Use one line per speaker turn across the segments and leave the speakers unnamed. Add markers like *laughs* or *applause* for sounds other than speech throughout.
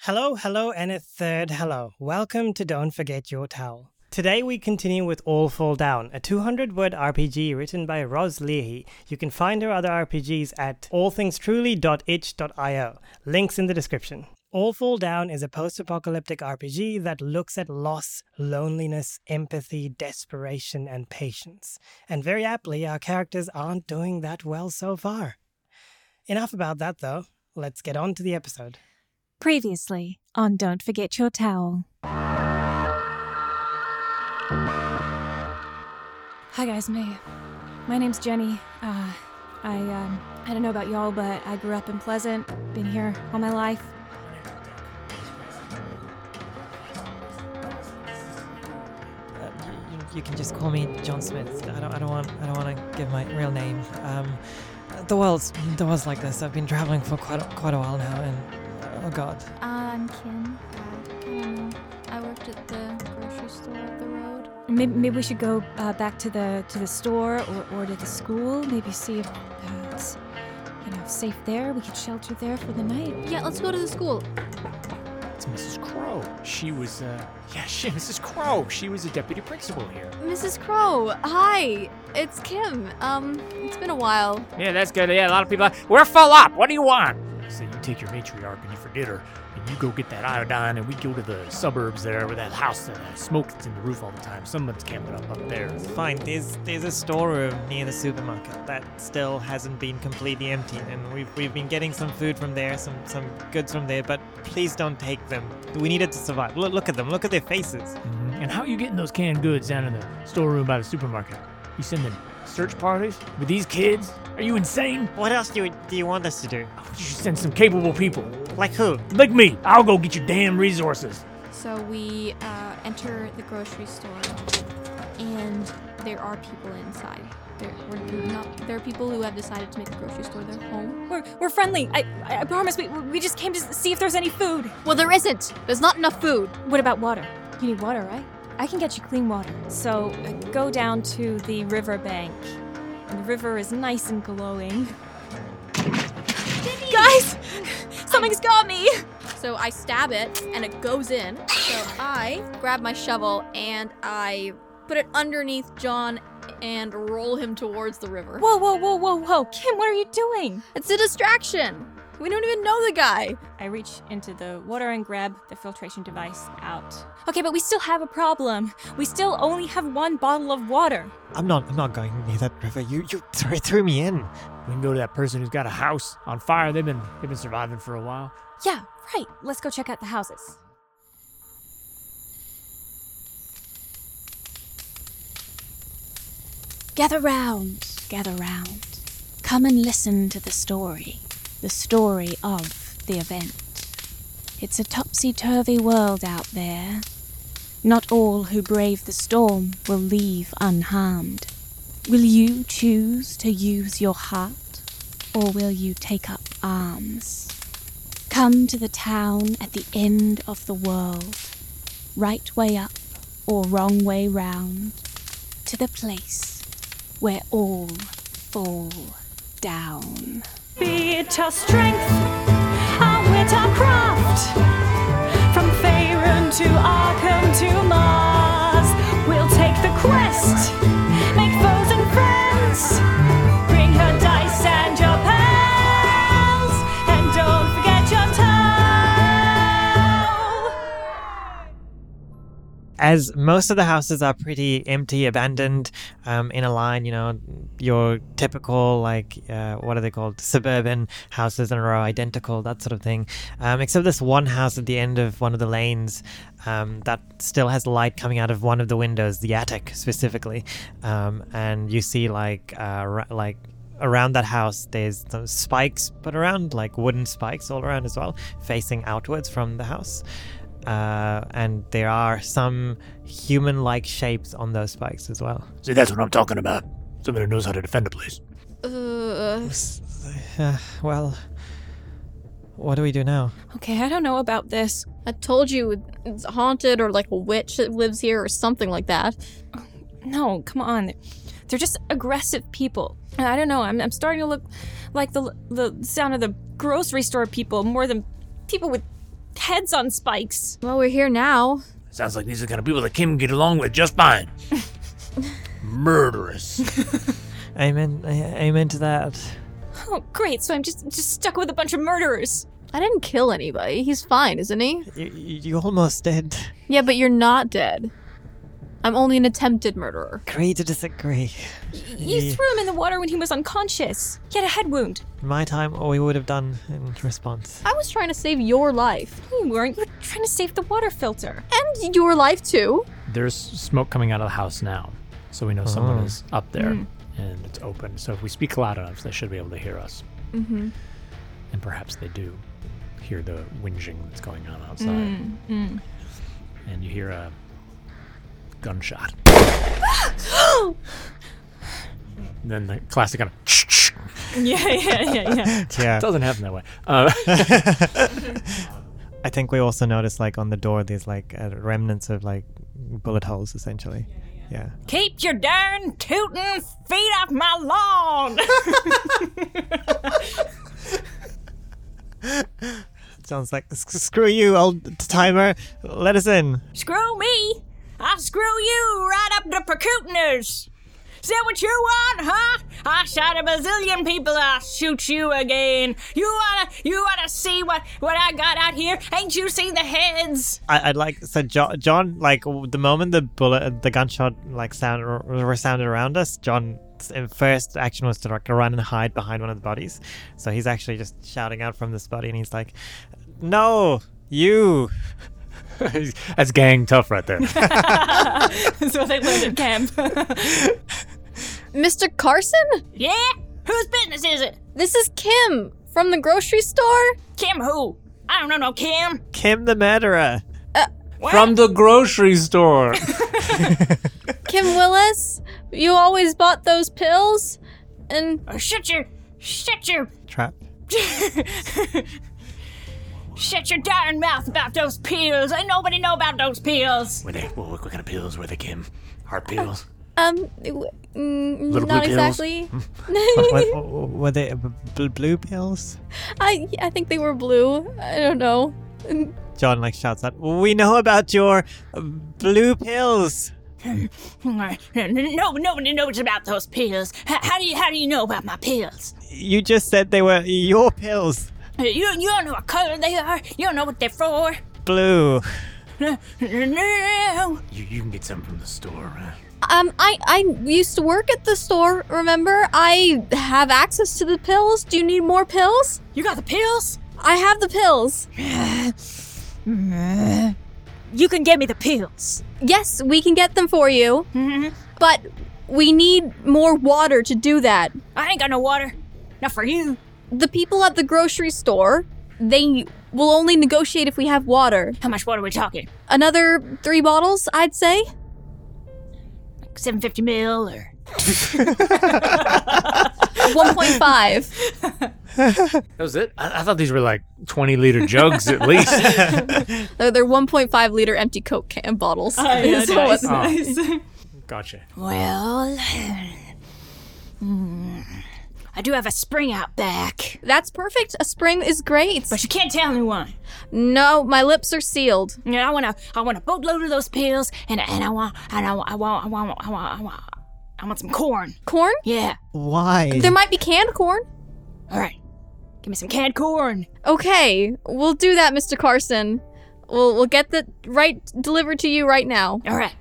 Hello, hello, and a third hello. Welcome to Don't Forget Your Towel. Today we continue with All Fall Down, a 200 word RPG written by Roz Leahy. You can find her other RPGs at allthingstruly.itch.io. Links in the description. All Fall Down is a post apocalyptic RPG that looks at loss, loneliness, empathy, desperation, and patience. And very aptly, our characters aren't doing that well so far. Enough about that though. Let's get on to the episode.
Previously on Don't Forget Your Towel. Hi guys, me. My name's Jenny. Uh, I um, I don't know about y'all, but I grew up in Pleasant. Been here all my life.
Uh, you, you can just call me John Smith. I don't, I don't want, I don't want to give my real name. Um, the world's, the world's like this. I've been traveling for quite, a, quite a while now, and oh god,
I'm Kim. I don't know. I worked at the grocery store up the road.
Maybe, maybe we should go uh, back to the to the store or, or to the school. Maybe see if uh, it's you know safe there. We could shelter there for the night.
Yeah, let's go to the school.
It's Mrs. Crow. She was, uh, yeah, *laughs* she, Mrs. Crow. She was a deputy principal here.
Mrs. Crow, hi. It's Kim. Um, it's been a while.
Yeah, that's good. Yeah, a lot of people. Are, We're full up. What do you want? So you take your matriarch and you forget her, and you go get that iodine, and we go to the suburbs there with that house and that uh, smoke that's in the roof all the time. Someone's camping up up there.
fine. There's, there's a storeroom near the supermarket that still hasn't been completely emptied, and we've, we've been getting some food from there, some, some goods from there. But please don't take them. We need it to survive. Look, look at them. Look at their faces.
Mm-hmm. And how are you getting those canned goods down in the storeroom by the supermarket? You sending search parties with these kids? Are you insane? Oh,
What else do you, do you want us to do?
You should send some capable people.
Like who?
Like me. I'll go get your damn resources.
So we uh, enter the grocery store, and there are people inside. There, we're not, there are people who have decided to make the grocery store their home.
We're, we're friendly. I, I I promise. We, we just came to see if there's any food.
Well, there isn't. There's not enough food.
What about water? You need water, right? I can get you clean water. So uh, go down to the riverbank. And the river is nice and glowing. *laughs* Guys! Something's got me!
So I stab it, and it goes in. So I grab my shovel and I put it underneath John and roll him towards the river.
Whoa, whoa, whoa, whoa, whoa! Kim, what are you doing?
It's a distraction. We don't even know the guy.
I reach into the water and grab the filtration device out. Okay, but we still have a problem. We still only have one bottle of water.
I'm not, I'm not going near that river. You, you threw, threw me in.
We can go to that person who's got a house on fire. They've been they've been surviving for a while.
Yeah, right. Let's go check out the houses.
Gather round, gather round. Come and listen to the story, the story of the event. It's a topsy turvy world out there. Not all who brave the storm will leave unharmed. Will you choose to use your heart, or will you take up arms? Come to the town at the end of the world, right way up or wrong way round, to the place where all fall down.
Be it our strength, our wit, our craft. From Faerun to Arkham to Mars, we'll take the quest, make foes and friends. Bring her dice and your pals, and don't forget your towel.
as most of the houses are pretty empty, abandoned, um, in a line, you know, your typical, like, uh, what are they called? Suburban houses in a row, identical, that sort of thing. Um, except this one house at the end of one of the lanes um, that still has light coming out of one of the windows, the attic specifically. Um, and you see, like, uh, ra- like, Around that house, there's some spikes put around, like wooden spikes all around as well, facing outwards from the house uh, and there are some human-like shapes on those spikes as well.
See, that's what I'm talking about. Someone who knows how to defend a place.
Uh,
Uh, well, what do we do now?
Okay, I don't know about this.
I told you it's haunted or like a witch that lives here or something like that.
No, come on.
They're just aggressive people. I don't know. I'm, I'm starting to look like the the sound of the grocery store people more than people with
heads on spikes.
Well, we're here now.
Sounds like these are the kind of people that Kim get along with just fine. Murderous.
Amen. Amen to that.
Oh, great. So I'm just just stuck with a bunch of murderers.
I didn't kill anybody. He's fine, isn't he?
You, you you almost did.
Yeah, but you're not dead. I'm only an attempted murderer.
Agree to disagree.
You
Yeah.
threw him in the water when he was unconscious. He had a head wound.
In my time, all we would have done in response. *laughs*
I was trying to save your life.
No, You weren't. You were trying to save the water filter. *laughs*
And your life too.
There's smoke coming out of the house now, so we know someone
Oh.
is up there and it's open. So if we speak loud enough, they should be able to hear us.
Mm-hmm.
And perhaps they do hear the whinging that's going on outside. And you hear a gunshot. then the classic kind of
Yeah, yeah, yeah, yeah.
Yeah.
doesn't happen that way. Uh, *laughs*
I think we also noticed, like, on the door, there's like uh, remnants of like bullet holes, essentially. Yeah.
Keep your darn tootin' feet off my lawn. *laughs*
Sounds like "S- screw you, old timer. Let us in.
screw me. I'll screw you right up to Perkutners. Is that what you want, huh? I shot a bazillion people. I'll shoot you again. You wanna, you wanna see what what I got out here? Ain't you seen the heads?
I, I'd like so John, John. Like w- the moment the bullet, the gunshot, like sound r- resounded around us. John's first action was to like run and hide behind one of the bodies. So he's actually just shouting out from this body, and he's like, "No, you!"
that's gang tough right there.
That's what they learned at camp.
Mr. Carson?
*laughs* yeah. Whose business is it?
This is Kim from the grocery store.
Kim who? I don't know no Kim.
Kim the murderer.
From the grocery store.
Kim Willis, you always bought those pills? And
Oh, shut your, shut your,
Trap.
shut your darn mouth about those pills. Ain't nobody know about those pills. *laughs*
were they, what, what kind of pills were they, Kim? Heart pills?
um w- mm,
Little
not
blue pills. *laughs*
exactly.
What, what, were they b- b- blue pills?
*laughs* I I think they were blue. I don't know.
John like shouts out, "We know about your uh, blue pills."
No, nobody knows about those pills. H- How do you, how do you know about my pills?
You just said they were your pills,
You, you don't know what color they are. You don't know what they're for. *laughs*
blue.
No.
You, you can get some from the store. Right?
Um I I used to work at the store, remember? I have access to the pills. Do you need more pills?
You got the pills?
I have the pills.
You can get me the pills.
Yes, we can get them for you,
hmm
but we need more water to do that.
I ain't got no water. Not for you.
The people at the grocery store, they will only negotiate if we have water.
How much water are we talking?
Another 3 bottles, I'd say.
Like 750 mil or
1.5.
That was it? I, I thought these were like 20 liter jugs *laughs* at least.
*laughs* They're, they're 1.5 liter empty Coke can bottles. *laughs* Is what-
Gotcha.
Well, *sighs* hmm, I do have a spring out back,
That's perfect. A spring is great.
but you can't tell anyone.
No, my lips are sealed.
You know, I want to, I want a boatload of those pills, and and I want, and I want, I want, I want, I want, I want, I want some corn.
Corn?
Yeah.
Why?
There might be canned corn.
All right. Give me some canned corn.
Okay, we'll do that, Mr. Carson. We'll we'll get the right delivered to you right now.
All right.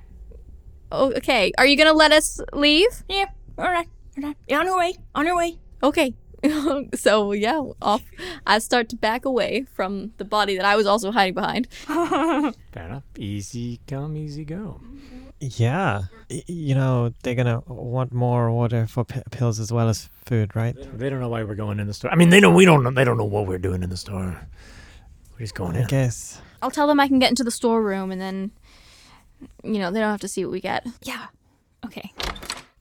O- Okay, are you gonna let us leave?
Yeah. All right. All right. Yeah, on your way. On your way.
Okay. *laughs* so yeah, off. I start to back away from the body that I was also hiding behind.
Fair enough. Easy come, easy go.
Yeah. Y- You know, they're going to want more water for p- pills as well as food, right?
They don't know why we're going in the store. I mean, they know we don't know. They don't know what we're doing in the store. We're just going
I
in.
guess.
I'll tell them I can get into the storeroom, and then, you know, they don't have to see what we get.
Yeah. Okay.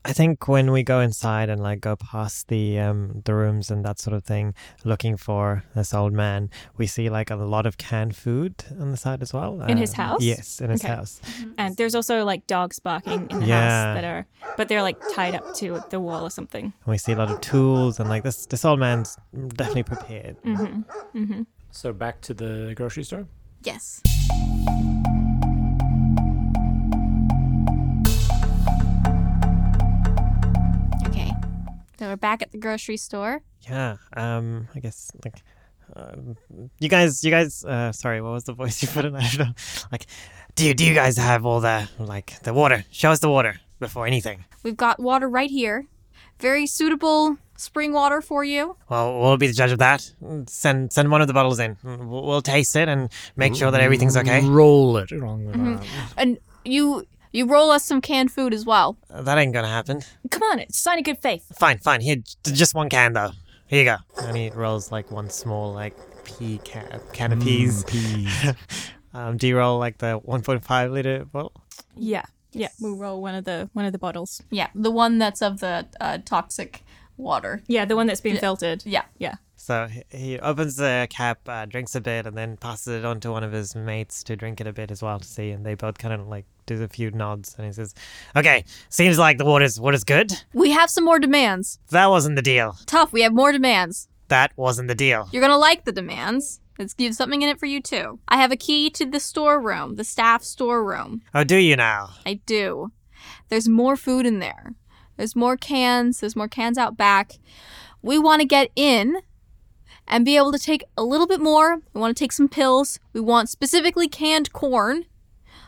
I think when we go inside and like go past the um the rooms and that sort of thing looking for this old man, we see like a lot of canned food on the side as well. Uh,
In his house?
Yes, in his
Okay.
house.
And there's also like dogs barking in the
Yeah.
house that are, but they're like tied up to the wall or something.
And we see a lot of tools and like
Mm.
this this old man's definitely prepared.
So back to the grocery store.
Yes. Okay. So we're back at the grocery store.
Yeah. Um. I guess like, um, you guys, you guys. Uh. Sorry. What was the *laughs* voice you put in? I don't know. Like, do you do you guys have all the like the water? Show us the water before anything.
We've got water right here. Very suitable spring water for you.
Well, we'll be the judge of that. Send send one of the bottles in. We'll, we'll taste it and make sure that everything's okay.
Roll it. Wrong with that.
And you you roll us some canned food as well.
That ain't gonna happen.
Come on, it's a sign of good faith.
Fine, fine. Here, j- just one can though. Here you go. And he rolls like one small like pea can, can of peas.
Mm.
um, do you roll like the 1.5 liter bottle?
Yeah. Yeah, we roll one of the one of the bottles.
Yeah, the one that's of the uh, toxic water.
Yeah, the one that's been filtered.
Yeah.
Yeah.
So he- he opens the cap, uh, drinks a bit, and then passes it on to one of his mates to drink it a bit as well to see. And they both kind of like do a few nods. And he says, "Okay, seems like the water's water's good.
We have some more demands.
That wasn't the deal.
Tough, we have more demands.
That wasn't the deal.
You're gonna like the demands. Let's give something in it for you too. I have a key to the storeroom, the staff storeroom.
Oh, do you now?
I do. There's more food in there. There's more cans. There's more cans out back. We want to get in and be able to take a little bit more. We want to take some pills. We want specifically canned corn.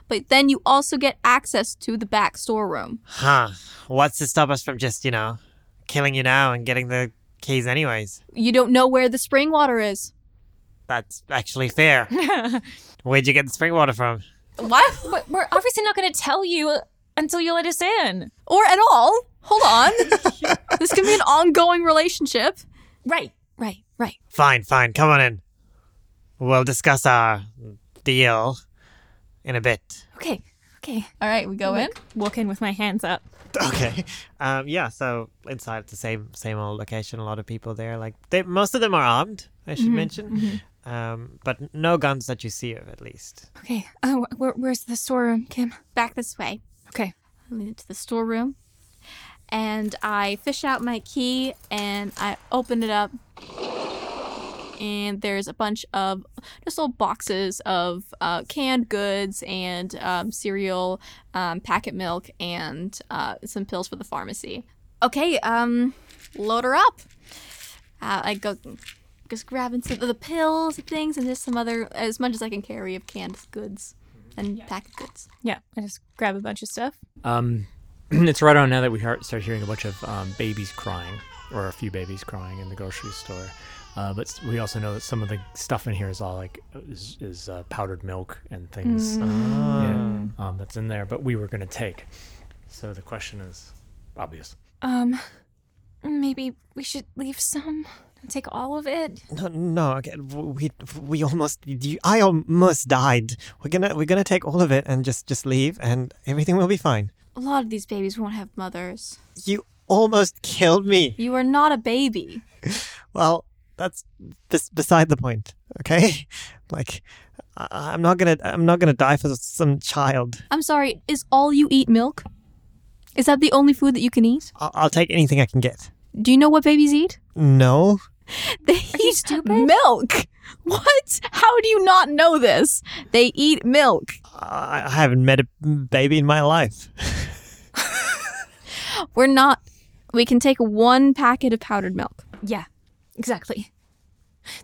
But then you also get access to the back storeroom.
Huh? What's to stop us from just you know killing you now and getting the keys anyways?
You don't know where the spring water is.
That's actually fair. Where'd you get the spring water from?
Why? But *laughs* We're obviously not going to tell you until you let us in.
Or at all. Hold on. this can be an ongoing relationship.
Right.
Right, right.
Fine, fine. Come on in. We'll discuss our deal in a bit."
Okay. Okay.
All right, we go in.
Walk in with my hands up.
Okay. Um, yeah. So inside it's the same same old location. A lot of people there. Like they, most of them are armed. I should mention. Um, but no guns that you see of, at least.
Okay. Oh, where, where's the storeroom, Kim?
Back this way.
Okay.
I lead it to the storeroom. And I fish out my key and I open it up. And there's a bunch of just little boxes of uh, canned goods and um, cereal, um, packet milk, and uh, some pills for the pharmacy. Okay, um, load her up. Uh, I go just grabbing some of the pills and things and just some other, as much as I can carry of canned goods and packet goods.
Yeah. I just grab a bunch of stuff.
Um, *clears throat* it's right on now that we hear- start hearing a bunch of um, babies crying, or a few babies crying in the grocery store. Uh, but s- we also know that some of the stuff in here is all like is, is uh, powdered milk and things yeah, um, that's in there. But we were gonna take. So the question is obvious.
Um, maybe we should leave some. and Take all of it.
No, no. Okay. w- We we almost. You, I almost died. We're gonna we're gonna take all of it and just just leave, and everything will be fine.
A lot of these babies won't have mothers.
You almost killed me.
You are not a baby.
Well, that's bes- beside the point. Okay. *laughs* Like, I, I'm not gonna I'm not gonna die for some child.
I'm sorry, is all you eat milk? Is that the only food that you can eat?
I'll, I'll take anything I can get.
Do you know what babies eat? *laughs*
No.
They eat milk. What? How do you not know this? They eat milk.
I I haven't met a baby in my life.
We're not. We can take one packet of powdered milk.
Yeah. Exactly.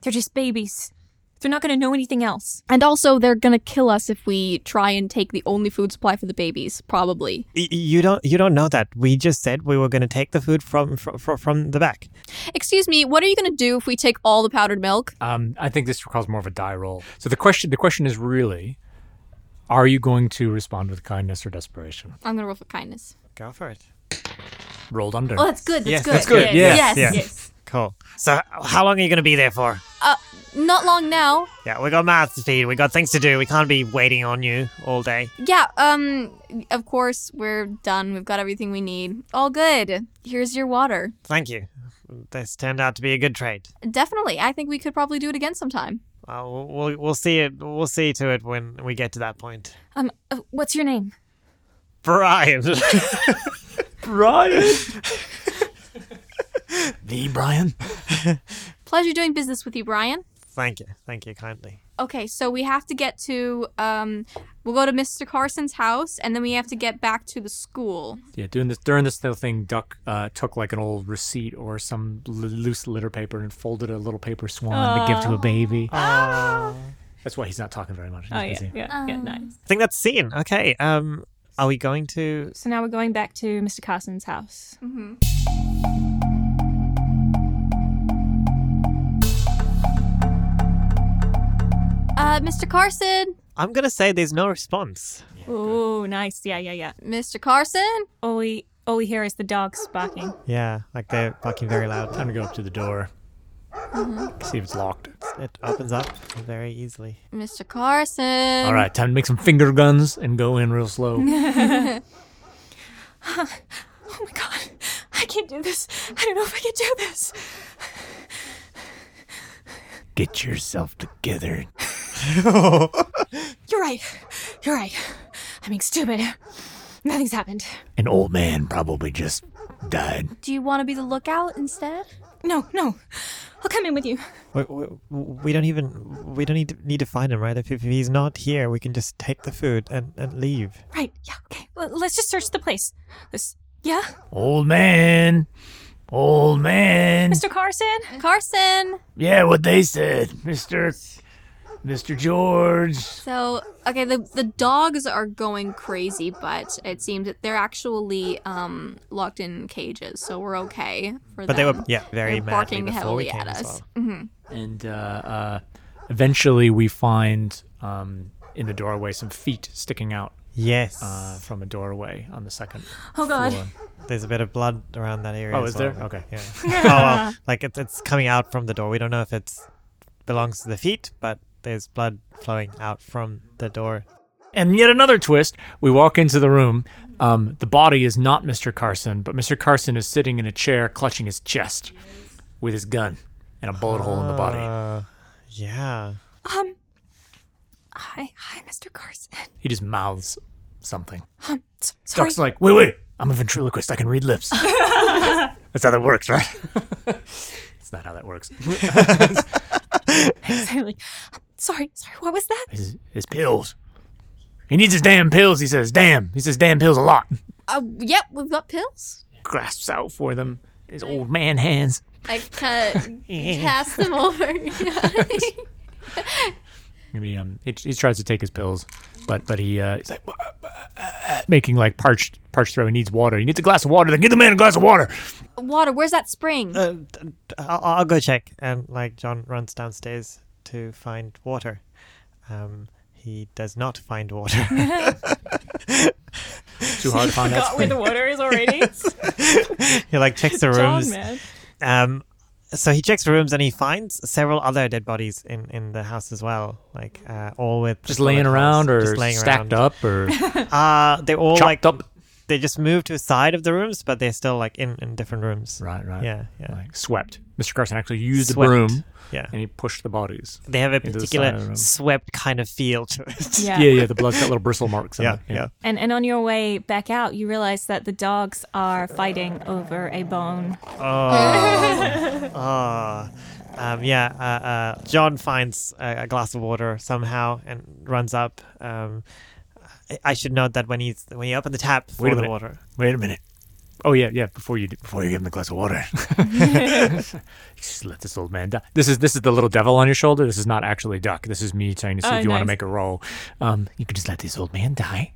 They're just babies. They're not going to know anything else.
And also, they're gonna kill us if we try and take the only food supply for the babies, probably.
Y- You don't. You don't know that. We just said we were going to take the food from from from the back.
Excuse me, what are you gonna do if we take all the powdered milk?
Um, I think this requires more of a die roll. So the question the question is really, are you going to respond with kindness or desperation?
I'm gonna roll for kindness.
Go for it.
Rolled under.
Oh, that's good. That's
Yes,
good.
that's
good,
Yes.
yes,
yes.
Cool. So, h- how long are you going to be there for?
Uh, not long now.
Yeah, we got mouths to feed. We got things to do. We can't be waiting on you all day.
Yeah, um, of course, we're done. We've got everything we need. All good. Here's your water.
Thank you. This turned out to be a good trade.
Definitely. I think we could probably do it again sometime.
Uh, we'll we'll- we'll see it. We'll see to it when we get to that point.
Um, uh, what's your name?
Brian. *laughs*
Brian. the Brian.
Pleasure doing business with you, Brian.
Thank you. Thank you kindly.
Okay, so we have to get to um we'll go to Mr. Carson's house and then we have to get back to the school.
Yeah, doing this during this little thing, Duck uh, took like an old receipt or some l- loose litter paper and folded a little paper swan to give to a baby.
Ah!
That's why he's not talking very much. He's
Oh, yeah,
busy.
yeah, yeah, nice.
I think that's seen. Okay. Um, are we going to?
So now we're going back to Mr. Carson's house.
Uh Mr. Carson,
I'm gonna say there's no response.
Oh, nice. Yeah, yeah, yeah.
Mr. Carson?
All we, all we hear is the dogs barking.
Yeah, like they're barking very loud.
Time to go up to the door.
Mm-hmm.
See if it's locked.
It opens up very easily.
Mr.
Um,
Carson.
All right, time to make some finger guns and go in real slow.
*laughs* Oh my god, *laughs* I can't do this. I don't know if I can do this.
Get yourself together.
You're right. You're right. I'm being stupid. Nothing's happened.
An old man probably just died.
Do you want to be the lookout instead?
No, no. I'll come in with you.
We, we, we don't even we don't need to, need to find him, right? If, if he's not here, we can just take the food and, and leave.
Right. Yeah. Okay. Well, let's just search the place. Let's. Yeah.
Old man. Old man.
Mr. Carson.
Carson.
Yeah, what they said. Mr. Mr. George.
So, okay, the the dogs are going crazy, but it seems that they're actually um locked in cages, so we're okay for
But they
them. *laughs*
were yeah very
They're
madly
barking
before we
heavily
came
at
as
us.
well.
And uh, uh, eventually we find um, in the doorway some feet sticking out
Yes,
uh, from a doorway on the second
Oh God.
floor.
there's a bit of blood around that area.
Oh,
as
is there?
well.
Okay.
*laughs*
Yeah. oh well, like it's it's coming out from the door. We don't know if it's belongs to the feet, but there's blood flowing out from the door.
And yet another twist. We walk into the room. Um, the body is not Mr. Carson, but Mr. Carson is sitting in a chair clutching his chest with his gun and a bullet hole in the body.
Uh, yeah.
Um. Hi, hi, Mr. Carson.
He just mouths something.
Um. s- sorry.
Duck's like, wait, wait, I'm a ventriloquist. I can
*laughs*
read lips. That's how that works, right? *laughs* It's not how that works. *laughs*
Sorry. Sorry. Sorry. What was that?
His, his pills. He needs his damn pills, he says. Damn. He says damn pills a lot. *laughs*
Uh, yep, we've got pills.
Grasps out for them. His old man hands.
I
*laughs*
kind of cast them over.
I mean, um, he, he tries to take his pills, but but he uh, he's like "Uh, uh, uh," making like parched parched throat. He needs water. He needs a glass of water. Then give the man a glass of water.
Water, where's that spring?
Uh, d- d- I'll, I'll go check. And like John runs downstairs to find water. Um, he does not find water. *laughs*
Too hard
*laughs*
to find out.
the water is already.
he like checks the rooms. Um, so he checks the rooms and he finds several other dead bodies in, in the house as well, like uh, all with
Just
bullet
laying
holes,
around or
just laying
stacked
around.
up *laughs* or
Uh, they all
chopped
like
up.
they just moved to a side of the rooms, but they're still like in, in different rooms.
Right, right.
Yeah, yeah.
Like swept. Mr. Carson actually used the
Swept.
broom
Yeah,
and he pushed the bodies.
they have a
the side of the
particular
room.
swept kind of feel to it.
Yeah.
Yeah, yeah. The blood's got little bristle marks.
*laughs*
on
yeah,
it.
yeah.
And and on your way back out, you realize that the dogs are fighting over a bone.
Oh, um, yeah. Uh, uh, John finds a, a glass of water somehow and runs up. Um, I- I should note that when he's when you open the tap for
Wait a
the
minute.
water,
Wait a minute. Oh yeah, yeah. Before you do, before you give him the glass
*laughs*
of water, *laughs* just let this old man die. This is this is the little devil on your shoulder. This is not actually Duck. This is me trying to see
Oh,
if you want to
nice.
make a roll. Um, you could just let this old man die,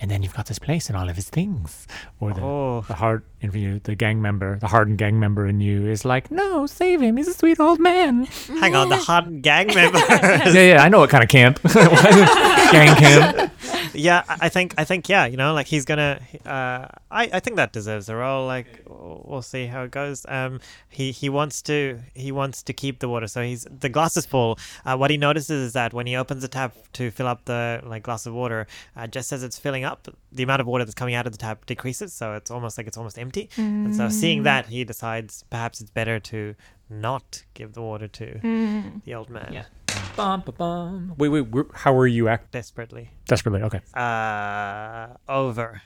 and then you've got this place and all of his things. Or the
Oh.
the hard in you, the gang member, the hardened gang member in you is like, no, save him. He's a sweet old man.
hang on, the hardened gang member.
yeah, yeah. I know what kind of camp, *laughs* gang camp.
yeah, I I think I think yeah, you know, like he's gonna. Uh, I I think that deserves a role. Like w- we'll see how it goes. Um, he he wants to he wants to keep the water, so he's the glass is full. Uh, what he notices is that when he opens the tap to fill up the like glass of water, uh, just as it's filling up, the amount of water that's coming out of the tap decreases. So it's almost like it's almost empty. And so seeing that, he decides perhaps it's better to not give the water to the old man
Bum, ba, bum. Wait, wait. wh- How are you act?
desperately.
Desperately. Okay.
Uh, over.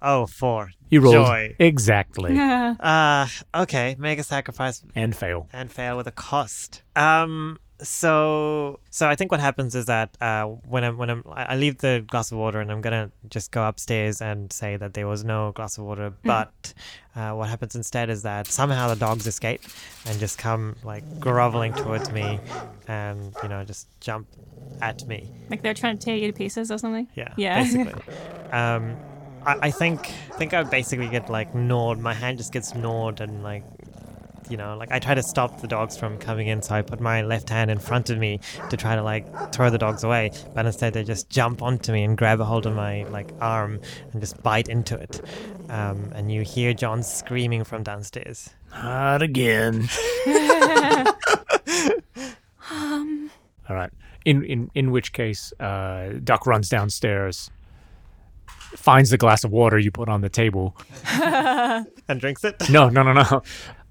Oh, four.
You rolled
Joy.
exactly
Uh, okay. Make a sacrifice
and fail.
and fail with a cost. Um, so so I think what happens is that uh, when I'm when I'm I I leave the glass of water and I'm gonna just go upstairs and say that there was no glass of water. But uh, what happens instead is that somehow the dogs escape and just come like groveling towards me, and you know just jump at me.
Like they're trying to tear you to pieces or something?
Yeah.
Yeah.
Basically. um, I, I think I think I basically get like gnawed. My hand just gets gnawed and like. You know, like I try to stop the dogs from coming in, so I put my left hand in front of me to try to like throw the dogs away, but instead they just jump onto me and grab a hold of my like arm and just bite into it. Um, and you hear John screaming from downstairs.
Not again.
Um,
All right. In in in which case, uh, Duck runs downstairs, finds the glass of water you put on the table.
And drinks it.
No, no, no, no.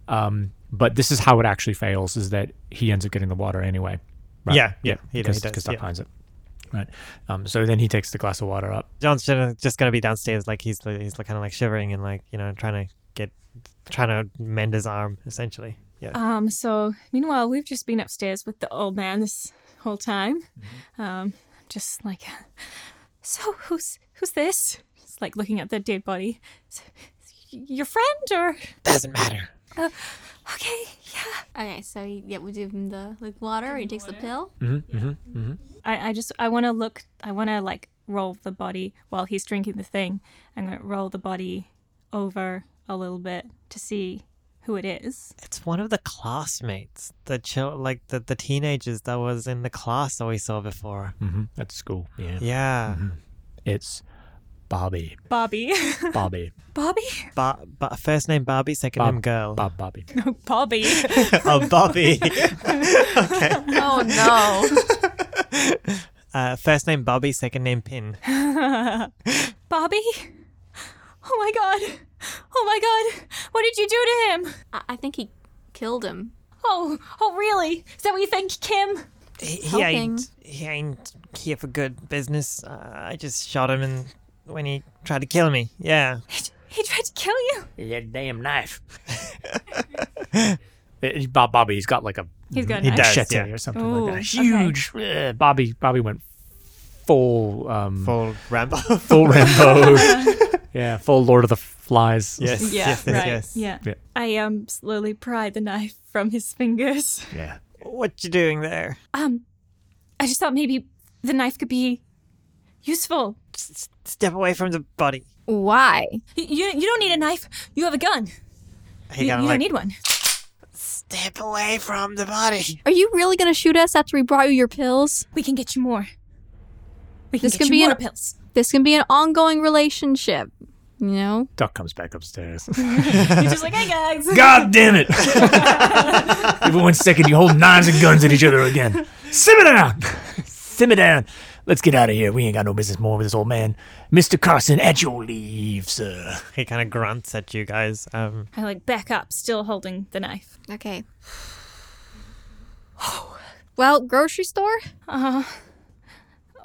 Um, but this is how it actually fails: is that he ends up getting the water anyway. Right?
Yeah, yeah, he does, he does,
because because Duck
yeah.
finds it. Right. Um, so then he takes the glass of water up.
*laughs* John's just just gonna be downstairs, like he's he's kind of like shivering and like you know trying to get trying to mend his arm essentially. Yeah.
Um, so meanwhile, we've just been upstairs with the old man this whole time. Um, just like, *laughs* so who's who's this? It's like looking at the dead body. "So, your friend or
Doesn't matter.
okay? Yeah.
Okay, so he- yeah, we give him the like water. He takes
*laughs*
the pill.
Mm-hmm, mm-hmm.
I, I just I want to look. I want to like roll the body while he's drinking the thing. I'm gonna roll the body over a little bit to see who it is.
It's one of the classmates, the chill, like the, the teenagers that was in the class that we saw before.
Mm-hmm. At school. Yeah.
Mm-hmm. Yeah,
It's Bobby.
Bobby. *laughs*
Bobby.
Bobby.
but but first name Barbie, second
Bob-
name girl.
Bob. Bobby.
Bobby.
*laughs* oh, Bobby. *laughs*
Oh no!
uh, first name Bobby, second name Pin.
Bobby? Oh my god. Oh my god. What did you do to him?
I-, I think he killed him.
Oh, oh really? Is that what you think, Kim?
He, he
Helping.
ain't he ain't here for good business. Uh, I just shot him and when he tried to kill me. Yeah.
He tried to kill you.
That damn *laughs* knife. Bob Bobby, he's got like a
He's got a
He
knife.
does,
machete
yeah.
or something
Ooh,
like
okay.
that. Huge. uh, Bobby Bobby went full um, full,
Full Rambo.
Rambo. *laughs* yeah, full Lord of the Flies.
*laughs* yes. *laughs* yes.
Yeah,
Yes.
right.
Yes.
Yeah.
Yeah.
I um slowly pry the knife from his fingers.
Yeah.
What you doing there?
Um I just thought maybe the knife could be useful.
S- s- step away from the body.
Why?
Y- You, you don't need a knife. You have a gun.
He
You, you
kinda
don't
like,
need one.
Step away from the body.
Are you really gonna shoot us after we brought you your pills?
We can get you more. We can
This
get
can
you
be an-
more pills.
This can be an ongoing relationship. You know?
Duck comes back upstairs.
You're just like, hey
*laughs*
guys.
God damn it! Every one second you hold knives and guns at each other again. Simmer down! Simmer down! Let's get out of here. We ain't got no business more with this old man. Mr. Carson, at your leave, sir.
He kind of grunts at you guys. Um,
I like back up, still holding the knife.
Okay. well, grocery store.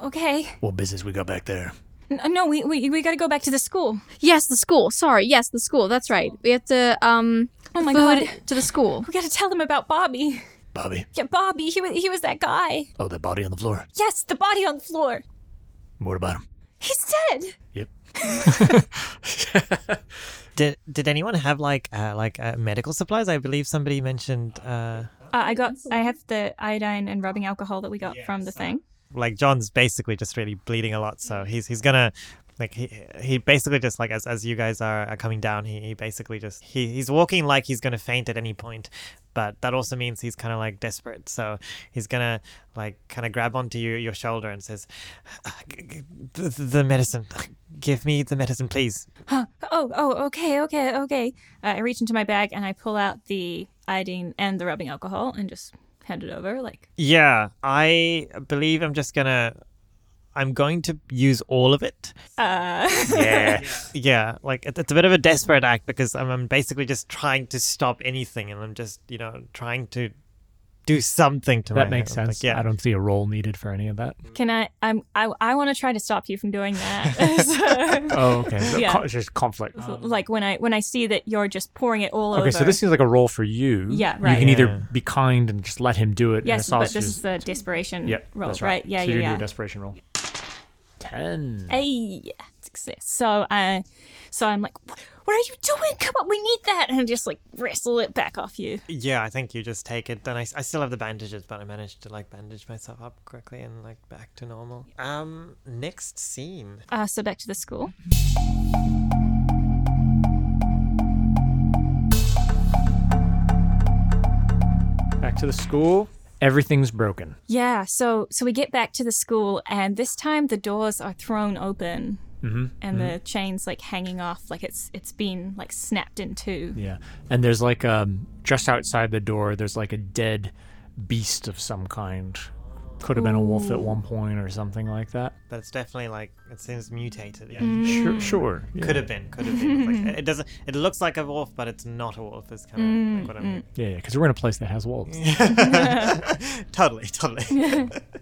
Okay.
What business we got back there?
N- no, we, we we gotta go back to the school.
Yes, the school. Sorry, yes, the school. That's right. We have to um
Oh my
food
god.
to the school.
We gotta tell them about Bobby.
Bobby.
Yeah, Bobby. He was he was that guy.
Oh, that body on the floor.
Yes, the body on the floor.
What about him?
He's dead.
Yep.
did did anyone have like uh, like uh, medical supplies? I believe somebody mentioned uh,
Uh, I got. I have the iodine and rubbing alcohol that we got from the thing.
like John's basically just really bleeding a lot, so he's he's gonna like he he basically just like as as you guys are, are coming down, he, he basically just he he's walking like he's gonna faint at any point, but that also means he's kind of like desperate, so he's gonna like kind of grab onto you, your shoulder and says, "Uh, g- g- the, "The medicine, give me the medicine, please."
Huh. Oh, oh, okay, okay, okay. Uh, I reach into my bag and I pull out the iodine and the rubbing alcohol and just hand it over. Like,
Yeah, I believe I'm just gonna. I'm going to use all of it.
uh, *laughs*
*laughs* Yeah.
Yeah, like it- it's a bit of a desperate act because I'm, I'm basically just trying to stop anything, and I'm just you know trying to do something to my
That makes
hand. Like,
sense.
yeah.
I don't see a roll needed for any of that.
Can I? I'm. I. I want to try to stop you from doing that. *laughs* So,
Oh, okay. *laughs* So
Yeah.
co- it's just conflict.
like when I when I see that you're just pouring it all over.
Um, Okay, so this seems like a roll for you.
Yeah,
You
right.
can
Yeah.
either be kind and just let him do it. and
Yes,
it's all
but this
just-
is the desperation
Yep,
roll,
that's
right? Yeah,
so
yeah,
you're
yeah.
doing a desperation roll. Ten.
Hey, yeah, success. So, uh, so I'm like, "Wh- what are you doing? Come on, we need that, and just like wrestle it back off you.
Yeah, I think you just take it. Then I, I still have the bandages, but I managed to like bandage myself up quickly and like back to normal. Um, next scene.
Uh, so back to the school.
Back to the school. Everything's broken.
Yeah. So, so we get back to the school, and this time the doors are thrown open. And the chains like hanging off, like it's it's been like snapped in two.
Yeah. And there's like um just outside the door there's like a dead beast of some kind. Could have been a wolf at one point or something like that.
But it's definitely like it seems mutated. Yeah.
Sure sure. Yeah.
Could have been. Could have been. It's Like, it doesn't. It looks like a wolf, but it's not a wolf. It's kind of like what I'm.
Yeah, yeah, cuz we're in a place that has wolves.
*laughs* Totally. Totally.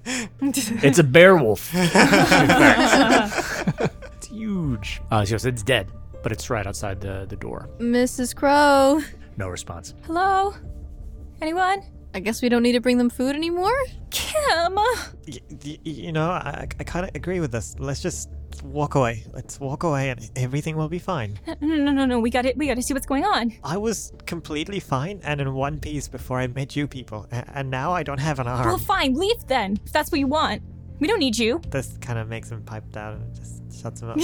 it's a bear *laughs* wolf. In fact. it's huge. Uh so it's dead, but it's right outside the the door.
Mrs. Crow,
No response.
Hello, anyone?
I guess we don't need to bring them food anymore?
Kim.
Y- y- you know, I, I kind of agree with this. Let's just walk away. Let's walk away, and everything will be fine.
No, no, no, no. We got it. We got to see what's going on.
I was completely fine and in one piece before I met you people, a- and now I don't have an arm.
Well, fine. Leave then, if that's what you want. We don't need you.
This kind of makes him pipe down and just shuts him up.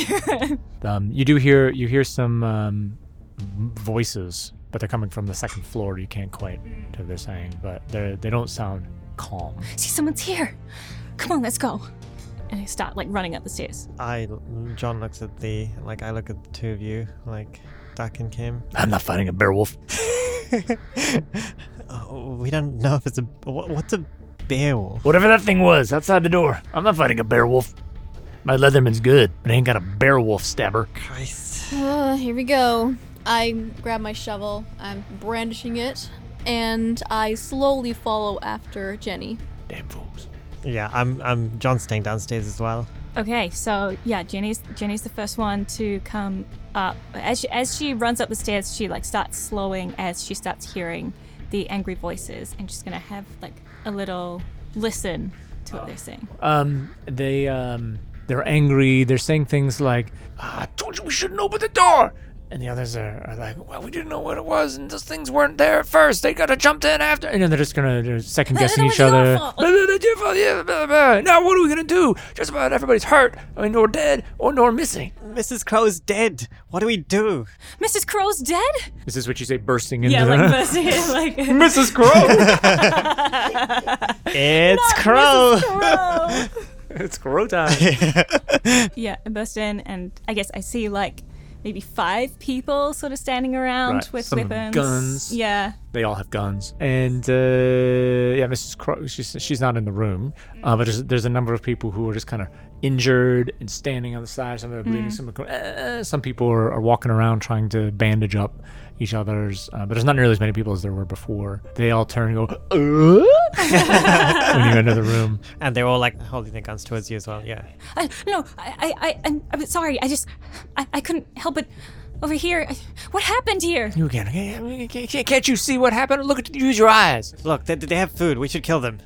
Um, you do hear you hear some um, voices, but they're coming from the second floor. You can't quite tell what they're saying, but they they don't sound calm.
See, someone's here. Come on, let's go. And I start like running up the stairs.
I, John looks at the, like I look at the two of you, like Duck and Kim.
I'm not fighting a bear wolf.
*laughs* Oh, we don't know if it's a wha- what's a bear wolf.
Whatever that thing was outside the door, I'm not fighting a bear wolf. My Leatherman's good, but I ain't got a bear wolf stabber.
Christ.
Uh, here we go. I grab my shovel, I'm brandishing it, and I slowly follow after Jenny.
Damn fools.
Yeah, I'm I'm John staying downstairs as well.
Okay, so yeah, Jenny's Jenny's the first one to come up. As she, as she runs up the stairs, she like starts slowing as she starts hearing the angry voices, and she's gonna have like a little listen to what they're saying.
Um, they um, they're angry. They're saying things like, "Ah, "I told you we shouldn't open the door," and the others are, are like, "Well, we didn't know what it was, and those things weren't there at first. They gotta jump in after." And then they're just gonna they're second guessing each other. "Blah, blah, blah, your fault, yeah, blah, blah, blah. Now what are we gonna do? Just about everybody's hurt, and or dead, or or missing.
Mrs. Crow's dead. What do we do?
Mrs. Crow's dead.
Is this what you say, bursting into?
Yeah,
*laughs*
like bursting in, like *laughs*
Mrs. Crow. *laughs*
It's Crow.
Crow.
it's Crow time.
Yeah, I burst in, and I guess I see like maybe five people sort of standing around
Right,
with
some of them
weapons.
guns.
Yeah.
They all have guns. And uh, yeah, Mrs. Crow, she's, she's not in the room, uh, but there's, there's a number of people who are just kind of injured and standing on the side. Some are bleeding. Some are going, "Eh," some people are, are walking around trying to bandage up each other's. Uh, but there's not nearly as many people as there were before. They all turn and go, "Uh?" *laughs* when you enter the room.
*laughs* And they're all like holding their guns towards you as well. Yeah.
Uh,
I, no, I, I, I I'm, I'm sorry. I just, I, I couldn't help it. Over here, I- what happened here?
You again. "Eh, eh, eh, Can't you see what happened? Look at use your eyes.
Look, they, they have food. We should kill them.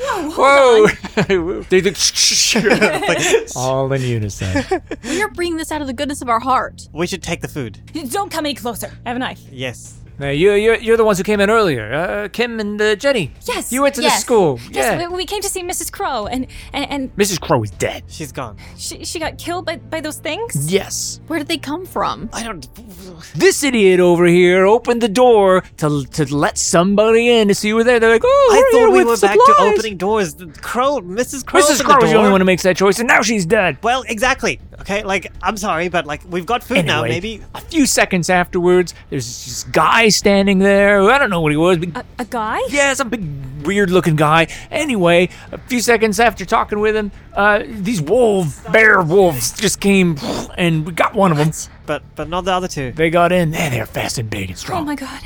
Whoa! *laughs* They did- all in unison.
We are bringing this out of the goodness of our heart.
We should take the food.
Don't come any closer. I have a knife.
Yes.
Now you, you're, you're the ones who came in earlier. Uh, Kim and uh, Jenny.
Yes,
You went to the
yes,
school.
Yes,
yeah.
we, we came to see Mrs. Crow, and and, and
Mrs. Crow is dead.
She's gone.
she, she got killed by, by those things.
Yes.
Where did they come from?
I don't.
This idiot over here opened the door to to let somebody in to see you were there. They're like, oh,
I
we're here
thought we
with
were back to
supplies."
opening doors. The Crow, Mrs. Crow.
Mrs.
opened
Crow was the
door.
only one who makes that choice, and now she's dead.
Well, exactly. Okay, like I'm sorry, but like we've got food now.
Anyway,
Maybe
a few seconds afterwards, there's this guy standing there. I don't know what he was, but
A, a guy?
Yeah, some big weird looking guy. Anyway, a few seconds after talking with him, uh, these wolf, bear wolves just came and we got one of them.
but but not the other two.
They got in. Man, they're fast and big and
Oh
strong.
my god.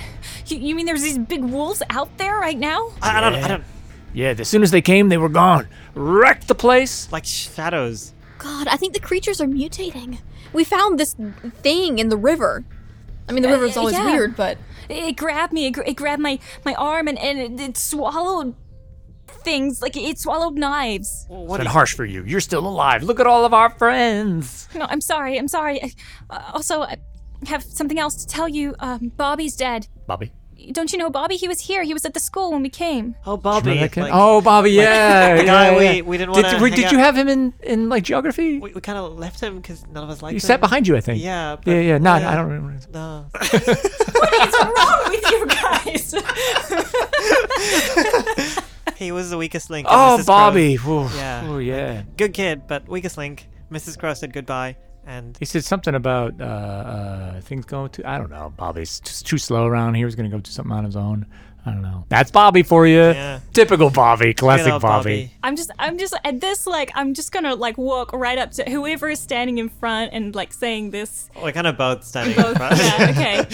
You, you mean there's these big wolves out there right now?
I, I don't. I don't.
Yeah, as soon as they came, they were gone. Wrecked the place.
Like shadows.
God, I think the creatures are mutating. We found this thing in the river. I mean, the river is always
yeah.
weird, but
It, it grabbed me. It, gr- it grabbed my my arm, and and it, it swallowed things. Like it swallowed knives.
What been harsh for you? You're still alive. Look at all of our friends.
No, I'm sorry. I'm sorry. I, uh, also, I have something else to tell you. Um, Bobby's dead.
Bobby.
Don't you know Bobby? He was here. He was at the school when we came.
Oh, Bobby.
Remember that kid?
like,
oh, Bobby. Yeah.
*laughs* The guy
yeah,
we-
yeah.
we didn't
Did,
wanna
wait,
hang
did you
out-
have him in in like geography?
We, we kind of left him because none of us liked him.
you sat behind you, I think.
Yeah.
Yeah.
but-
Yeah. Not. I don't remember. *laughs*
No.
Guys. *laughs*
He was the weakest link. in
Oh,
Mrs. Crowe's-
Bobby. Ooh,
Yeah.
ooh, yeah.
Good kid, but weakest link. Mrs. Crow said goodbye, and
He said something about uh, uh, things going to. I don't know. Bobby's just too slow around here. He's going to go do something on his own. I don't know. That's Bobby for you.
Yeah.
Typical Bobby.
good
Classic
old
Bobby.
I'm just, I'm just at this. Like, I'm just gonna like walk right up to whoever is standing in front and like saying this.
We're kind of
*laughs*
both standing in
Both,
front.
yeah, okay.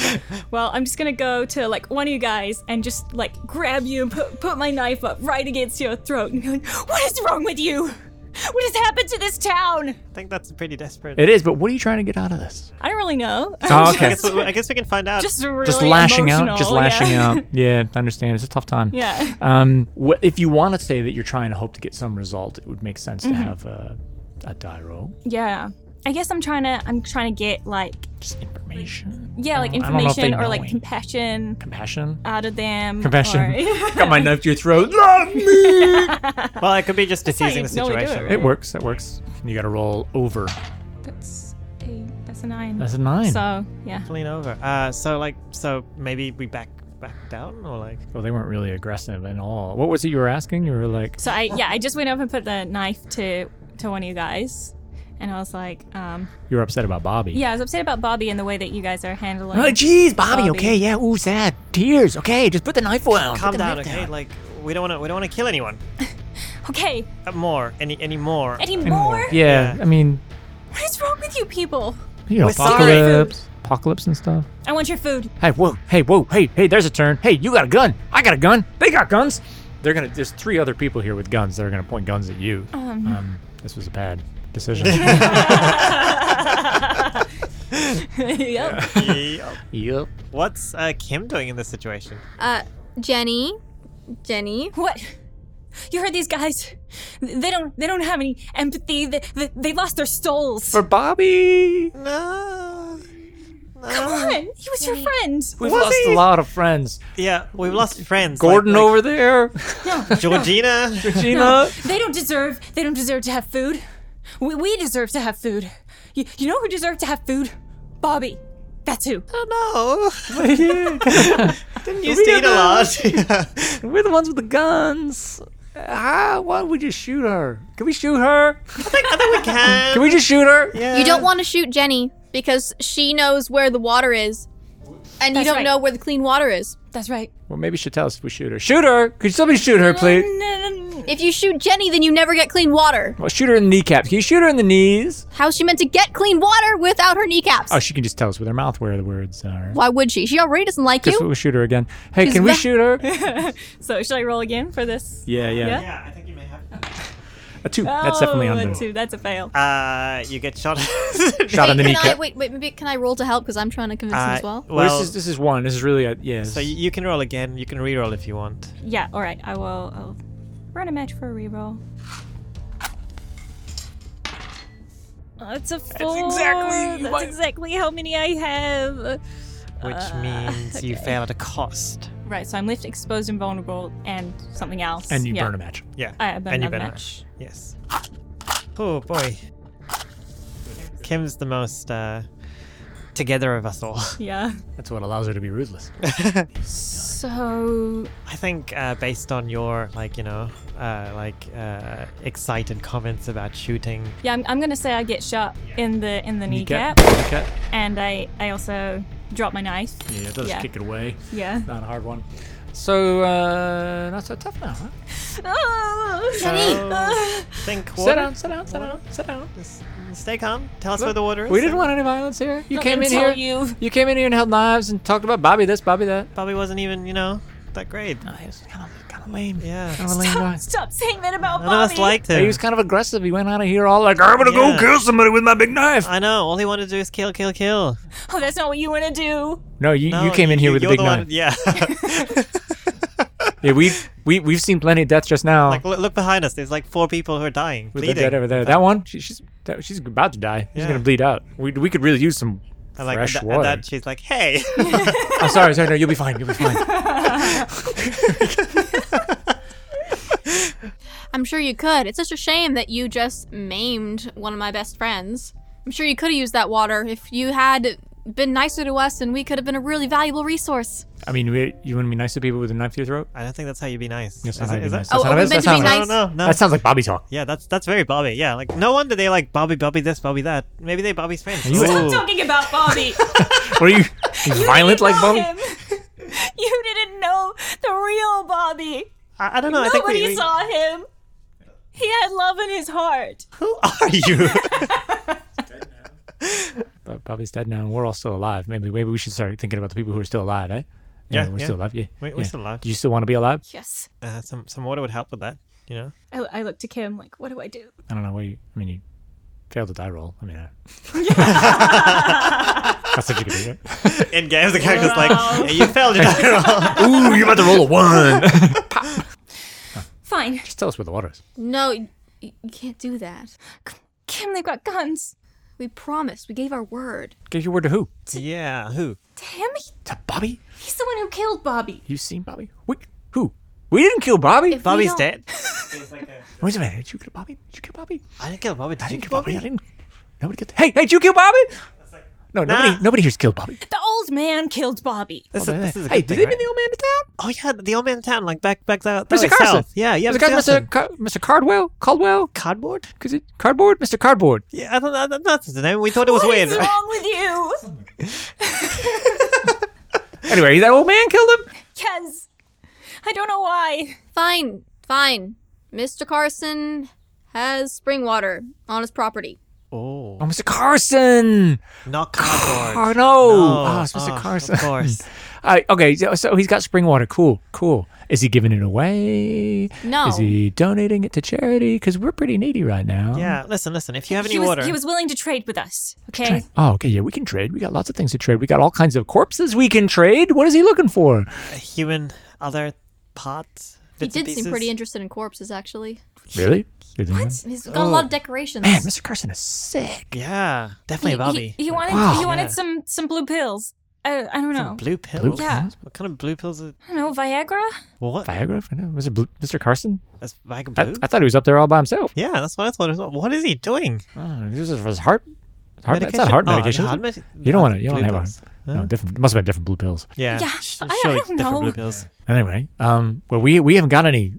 Well, I'm just gonna go to like one of you guys and just like grab you and put put my knife up right against your throat and be like, "What is wrong with you? What has happened to this
*laughs*
town?
I think that's pretty desperate.
It is, but what are you trying to get out of this?
I don't really know.
Oh,
I,
okay.
guess we, I guess we can find out.
*laughs* just really
Just lashing out. Just
emotional,
lashing
yeah.
out. Yeah, I understand. It's a tough time.
*laughs* Yeah.
Um, wh- if you want to say that you're trying to hope to get some result, it would make sense
Mm-hmm.
to have a, a die roll.
Yeah. I guess I'm trying to I'm trying to get like
Just information.
yeah, like
I don't know if they
information or
know
like
it.
compassion
Compassion.
out of them.
Compassion.
or- *laughs*
Got my knife to your throat. *laughs* Love me.
well, it could be just
how
diffusing the
you know we do it,
situation.
right?
It works. That works. You got to roll over.
that's a that's a nine.
That's a nine.
so yeah.
Lean over. Uh, so like, so maybe we back back down or like.
Well, they weren't really aggressive at all. What was it you were asking? You were like,
So I yeah, I just went up and put the knife to to one of you guys. And I was like, um,
you were upset about Bobby.
yeah, I was upset about Bobby and the way that you guys are handling.
Oh, jeez, Bobby,
Bobby.
Okay, yeah. Ooh, sad. Tears. Okay, just put the knife down.
Calm
put the
down,
knife
okay? Like we don't want to we don't want to kill anyone.
Okay,
Uh, more any any more.
any
Anymore.
more?
Yeah, I mean,
What is wrong with you people?
you know,
We're sorry.
apocalypse, apocalypse and stuff.
I want your food.
Hey, whoa, hey, whoa, hey, hey. There's a turn. Hey, you got a gun. I got a gun. They got guns. They're gonna. There's three other people here with guns that are gonna point guns at you. Um, this was a bad *laughs* decision.
*laughs* yep.
Yep.
yep.
What's uh, Kim doing in this situation?
uh, Jenny, Jenny,
What? You heard these guys? They don't. They don't have any empathy. They, they, they lost their souls.
For Bobby,
No.
Come on, he was your friend.
we've
Was
lost
he?
a lot of friends.
Yeah, we've lost friends.
Gordon
like,
over there, *laughs*
over. Georgina.
Gina.
They don't deserve. They don't deserve to have food. We, we deserve to have food. You, you know who deserved to have food? Bobby. That's who.
*laughs* no.
*laughs*
Didn't you
We
see a
don't *laughs*
lot? Yeah.
We're the ones with the guns.
Uh,
Ah, why don't we just shoot her? Can we shoot her?
Can,
Can we just shoot her?
*laughs* yeah.
you don't want to shoot Jenny because she knows where the water is, and you
That's
don't
right.
know where the clean water is.
That's right.
Well, maybe she'll tell us if we shoot her. Shoot her! Could somebody shoot her, please?
No, no, no.
If you shoot Jenny, then you never get clean water.
Well, shoot her in the kneecaps. Can you shoot her in the knees?
How's she meant to get clean water without her kneecaps?
Oh, she can just tell us with her mouth where the words are.
Why would she? She already doesn't like
Guess
you.
we'll shoot her again. Hey, can we
that-
shoot
*laughs*
her?
So should I roll again for this?
Yeah, yeah.
Yeah, I think you may have.
A two. That's definitely
Oh,
on
a
the
two. That's a fail.
Uh, you get shot.
shot in the
can I,
kneecap.
wait, wait, maybe can I roll to help because I'm trying to convince
*laughs*
him
Uh,
as well?
Well,
well,
this is this is one. This is really a yeah.
so you- you can roll again. You can re-roll if you want.
Yeah. All right. I will. I'll run a match for a reroll. Oh, it's a four. That's exactly. how many I have.
Which
Uh,
means you fail at a cost.
Right. So I'm left exposed and vulnerable, and something else.
and you
Yeah.
burn a match.
Yeah.
I burn
and you
another
burn a
match.
Yes. Oh boy. Kim's the most uh, together of us all. *laughs*
Yeah.
That's what allows her to be ruthless.
So
I think uh, based on your like you know uh, like uh, excited comments about shooting,
yeah, I'm, I'm gonna say I get shot in the in the kneecap,
Kneecap.
and I I also drop my knife.
Yeah, it does
Yeah.
kick it away.
*laughs*
Yeah.
Not a hard one. So, uh, not so tough now, huh?
Oh!
So, Um, think water.
Sit down, sit down, sit down, sit down.
Just stay calm. Tell us where the water is.
We didn't want any violence here. You came in
until
here.
you-
came in here and held knives and talked about Bobby this, Bobby that.
Probably wasn't even, you know, that great.
he was kind of, kind of lame.
Yeah.
Kind of a lame
*gasps*
guy.
Stop saying that about
None of us liked him.
He was kind of aggressive. He went out of here all like, I'm gonna
Yeah.
go kill somebody with my big knife.
I know. All he wanted to do is kill, kill, kill.
Oh, that's not what you want to do.
No, you,
No,
you came in here with a
you're
big
the
knife.
one- *laughs* yeah.
Yeah, we we we've seen plenty of deaths just now.
like, look, look behind us. There's like four people who are dying.
with the
bleeding.
dead over there. That one, she, she's that, she's about to die. She's
Yeah.
gonna bleed out. We, we could really use some
And like,
fresh
and, tha-
water.
and then she's like, hey.
I'm sorry, sorry, no, you'll be fine. You'll be *laughs* fine.
I'm sure you could. It's such a shame that you just maimed one of my best friends. I'm sure you could have used that water if you had been nicer to us and we could have been a really valuable resource.
I mean, we, you want to be nice to people with a knife to your throat?
*laughs* I don't think that's how you be nice.
Yes,
Is
that's
it-
how you
is
be
it?
nice.
Oh,
That's
are we
not-
meant
that's
to be
not-
nice?
No, no, no.
That sounds like Bobby talk.
yeah, that's that's very Bobby. Yeah, like no wonder they like Bobby, Bobby this, Bobby that. Maybe they Bobby's friends.
you-
Ooh.
Talking about
*laughs*
Bobby.
*laughs*
What are you, you violent like Bobby?
Him. *laughs* you didn't know the real Bobby.
I, I don't know. I think we,
Nobody
we,
saw him. He had love in his heart.
Who are
*laughs*
you?
But Bobby's dead now. and We're all still alive. Maybe maybe we should start thinking about the people who are still alive, eh?
Yeah,
we're
yeah.
still alive. Yeah,
We- we're
yeah.
still alive.
Do you still want to be alive?
Yes.
uh, some some water would help with that. You know. *laughs*
I, I looked to Kim like, what do I do?
I don't know. What you, I mean, you failed the die roll. I mean,
*laughs*
I... that's what you could do. right?
In games, the character's like, hey, you failed
*laughs*
your die roll."
Ooh, you're about to roll
*laughs*
a one.
Fine.
Just tell us where the water is.
No, y- you can't do that.
Kim, they've got guns.
We promised. We gave our word.
Give your word to who?
Yeah. Who?
To him, he-
To Bobby?
he's the one who killed Bobby.
You seen Bobby? We, who? We didn't kill Bobby.
If we
Bobby's
don't-
dead.
Wait a minute. Did you kill Bobby? Did you kill Bobby?
I didn't kill Bobby. Did
I
you
didn't
kill
kill
Bobby?
Bobby. I didn't. Nobody killed. Hey, hey, did you kill Bobby? No,
Nah.
nobody. Nobody here's killed Bobby.
The old man killed Bobby.
This,
Hey,
is, this is a
hey,
good
did
thing,
they
right?
bring the old man to town?
Oh yeah, the old man in town, like back back that. that
Mr.
way
Carson.
south. Yeah, yeah.
Mr. Carson,
Carson.
Mr. Car- Mr. Cardwell, Caldwell,
Cardboard?
because it cardboard, Mr. Cardboard.
Yeah, I don't, I don't, that's the name. We thought it was weird.
What's wrong with you?
Anyway, that old man killed him.
Yes. I don't know why.
Fine, fine. Mr. Carson has spring water on his property.
*laughs* Oh,
Oh, Mr. Carson.
not cardboard.
Oh *sighs* no!
No.
Oh, it's Mr.
Oh, of
Carson.
course.
*laughs* All right, okay, so, so he's got spring water. Cool, cool. Is he giving it away?
No.
Is he donating it to charity? Because we're pretty needy right now.
Yeah, listen, listen. If you have any
He was,
water,
he was willing to trade with us. Okay.
Trade. Oh, okay. Yeah, we can trade. We got lots of things to trade. We got all kinds of corpses we can trade. What is he looking for?
a human, other pots.
He
bits and
did seem pretty
pieces.
interested in corpses, actually.
Really? What?
He's
Oh.
got a lot of decorations.
Man, Mr. Carson is sick.
Yeah, definitely
He,
a Bobby.
he, he wanted
Wow.
he wanted
Yeah.
some some blue pills. I, I don't know.
Blue pills.
Blue
Yeah.
pills?
What kind of blue pills? Are,
I don't
Oh,
know Viagra.
what?
Viagra? I know. Was it Blue- Mr. Carson?
That's like
I,
blue.
I thought he was up there all by himself.
yeah, that's what I thought. as well. What is he doing?
Oh, this is for his heart. Heart, it's not
Medication?
heart
Oh,
medication.
heart
is it?
medi-
you don't
I
want to.
think
You don't
blue
have
pills.
a. No, different. Must have been different blue pills.
Yeah.
Yeah,
sh-
I- I
surely
don't
different
know.
blue pills.
Anyway, um, well, we we haven't got any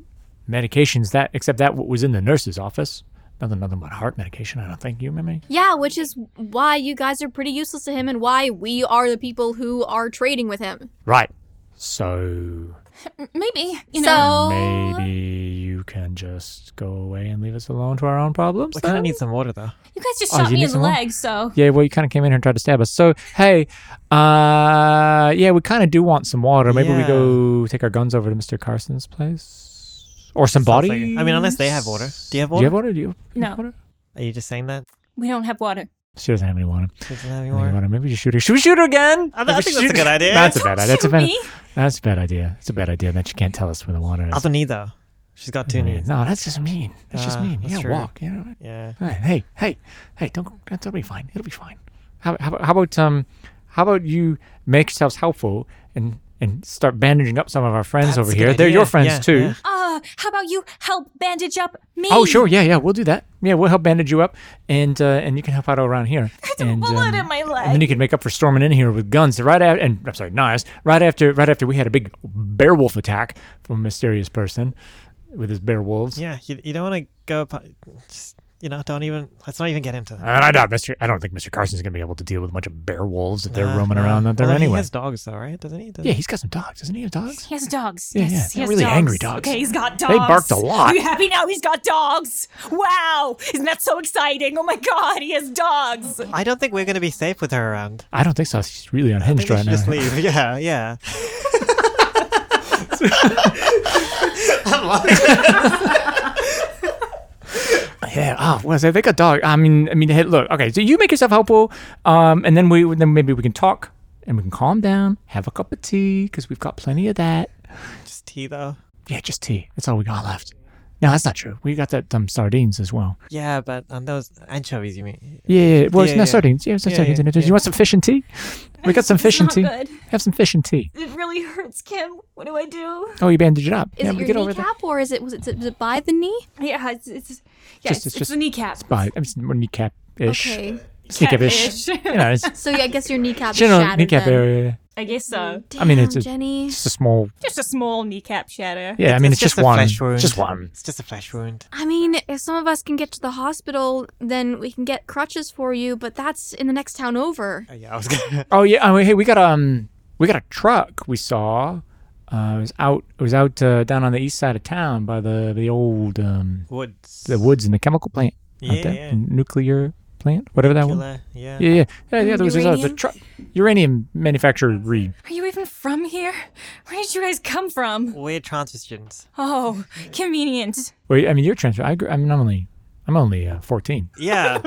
medications that except that what was in the nurse's office. Nothing, nothing but heart medication. I don't think you remember.
Yeah, which is why you guys are pretty useless to him and why we are the people who are trading with him.
Right. So
Maybe. You know,
so
maybe you can just go away and leave us alone to our own problems.
I kind of
then?
need some water though.
you guys just
Oh,
shot
you need
me in the
some more?
leg, so.
yeah, well, you kind of came in here and tried to stab us. So hey, uh, yeah, we kind of do want some water. Maybe we
Yeah.
go take our guns over to Mister Carson's place or some body.
Sounds like- I mean, unless they have water. Do you have
Do you
water?
have water? Do you?
No.
Water?
Are you just saying that?
We don't have water.
She doesn't have any water.
Does it have any
I think
water?
about it. Maybe we should shoot her. Should we shoot her again?
I, th- I
Maybe
think
shoot
that's a good
her-
idea.
That's a bad idea. That's a bad.
me.
That's a bad idea. It's a bad idea that you can't tell us where the water is.
Other knee though. She's got two
Man,
knees.
No, that's just mean. That's just
Uh,
mean. You
that's
gotta
true.
walk. You know.
Yeah.
Hey, hey, hey, hey! Don't. go- That'll be fine. It'll be fine. How, how, about- how about um, how about you make yourselves helpful and and start bandaging up some of our friends
That's
over
a good
here. They're
idea.
your friends
Yeah,
too.
yeah.
Uh, how about you help bandage up me?
Oh, sure. Yeah, yeah. We'll do that. Yeah, we'll help bandage you up, and uh, and you can help out around
*laughs*
here. and,
bullet
um,
in my
And then you can make up for storming in here with guns right after. And I'm sorry, knives. Right after, right after we had a big bear wolf attack from a mysterious person with his bear wolves.
Yeah. You, you don't want to go. up- uh, Just, you know, don't even let's not even get into that.
And I doubt Mr. I don't think Mr. Carson's going to be able to deal with a bunch of bear wolves if they're
Uh,
roaming
no.
around out there
Although He
anyway.
has dogs though, right? Doesn't he? Doesn't
yeah, he's got some dogs. Doesn't he have dogs?
He has dogs.
Yeah, yeah.
yes,
They're
he has
really
dogs.
angry dogs.
Okay, he's got dogs.
They barked a lot.
Are *laughs* you happy now? He's got dogs. Wow, isn't that so exciting? Oh my god, he has dogs.
I don't think we're gonna be safe with her around.
I don't think so. She's really
I
unhinged
think we
right
should
now.
just leave.
*laughs*
Yeah, yeah.
Yeah. Oh, well, so they got dog. I mean, I mean, hey, look. Okay, so you make yourself helpful, um, and then we, then maybe we can talk, and we can calm down, have a cup of tea, because we've got plenty of that.
Just tea though.
Yeah, just tea. That's all we got left. No, that's not true. We got that um, sardines as well.
Yeah, but on those anchovies you mean.
Yeah, yeah, yeah. well,
Yeah,
it's no
yeah.
sardines. Yeah, it's no
Yeah,
sardines.
yeah,
in it.
yeah.
You want some fish and tea? We got some fish and
Not
tea.
good.
Have some fish and tea.
It really hurts, Kim. What do I do?
Oh, you bandaged it up.
Is
yeah,
it
we
your
get over that.
kneecap or is it was it, was it by the knee?
Yeah, it's it's, yeah, it's,
Just- it's
it's
just-
the kneecap.
Bye. I'm just more kneecap ish.
Okay.
Kneecap ish. you
*laughs*
know, it's
So yeah, I guess your kneecap is
general
shattered.
kneecap
then.
area.
I guess so.
Damn,
I mean, it's a-
Jenny.
It's a small.
Just a small kneecap shatter.
Yeah, I mean, it's, just,
a
one.
flesh wound.
It's just one.
It's just a flesh wound.
I mean, if some of us can get to the hospital, then we can get crutches for you, but that's in the next town over.
Oh, yeah, I was *laughs* gonna
Oh yeah. Oh, hey, we got um, we got a truck we saw. Uh, it was out. It was out uh, down on the east side of town by the the old um,
woods.
the woods and the chemical plant. out
Yeah,
there.
yeah.
Nuclear plant, whatever that one.
Killer, yeah.
Yeah, yeah, yeah. yeah there was this other
Uranium?
truck, uranium manufacturer. Reed.
Are you even from here? Where did you guys come from?
We're transfer
*laughs*
students.
Oh, convenient.
Well, I mean, you're transfer. I, gr- I'm only, I'm only uh, 14.
Yeah,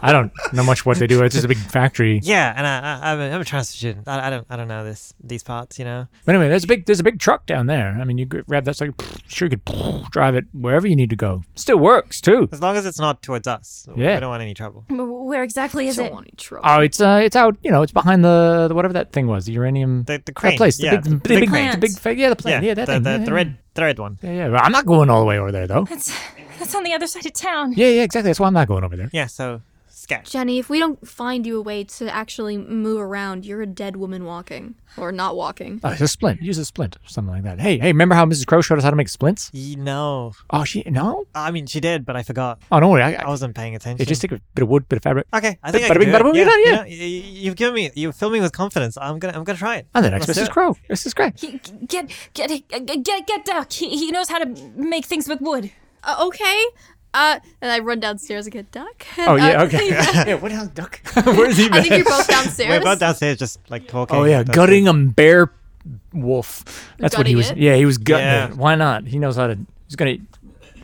I don't know much what they do. It's just a big factory.
yeah, and I, I, I'm, a, I'm a transfer student. I, I don't, I don't know this, these parts, you know.
But anyway, there's a big, there's a big truck down there. I mean, you gr- grab that sucker, sure you could drive it wherever you need to go. Still works too.
As long as it's not towards us,
Yeah.
we don't want any trouble.
W- Where exactly is it?
Oh, it's uh, it's out. You know, it's behind the, the whatever that thing was, the uranium.
The, the
that
crane,
place, the
yeah,
big, the, big, the
crane.
big, fa- yeah, the
yeah,
plane, yeah, that
the,
thing,
the,
yeah,
the
yeah.
red, the red one.
Yeah, yeah. Well, I'm not going all the way over there though.
That's that's on the other side of town.
Yeah, yeah, exactly. That's why I'm not going over there.
Yeah, so sketch.
Jenny, if we don't find you a way to actually move around, you're a dead woman walking. Or not walking.
Oh, it's a splint. Use a splint or something like that. Hey, hey, remember how Mrs. Crow showed us how to make splints?
You know,
Oh, she no.
I mean, she did, but I forgot.
Oh, don't worry. I, I,
I wasn't paying attention.
yeah, just take a bit of wood, bit of fabric.
okay, I think I
Bada
can
bing,
do it.
bada boom,
yeah,
you're done,
you
yeah.
know, y- y- you've given me, you filled me with confidence. I'm gonna, I'm gonna try it.
I'm the next
Let's do
Mrs.
it.
Crow. Mrs. Gray.
He- Get get get get get Duck. He, he knows how to make things with wood.
Uh, okay. Uh, and I run downstairs and get duck. *laughs*
Oh yeah,
Uh,
okay.
*laughs*
yeah, what else, Duck? Where's he?
I think you're both downstairs.
We're both downstairs, just like talking.
Oh yeah,
That's
gutting a bear wolf. That's what he
Gutting
was.
it?
Yeah, he was gutting
Yeah.
it. Why not? He knows how to. He's gonna eat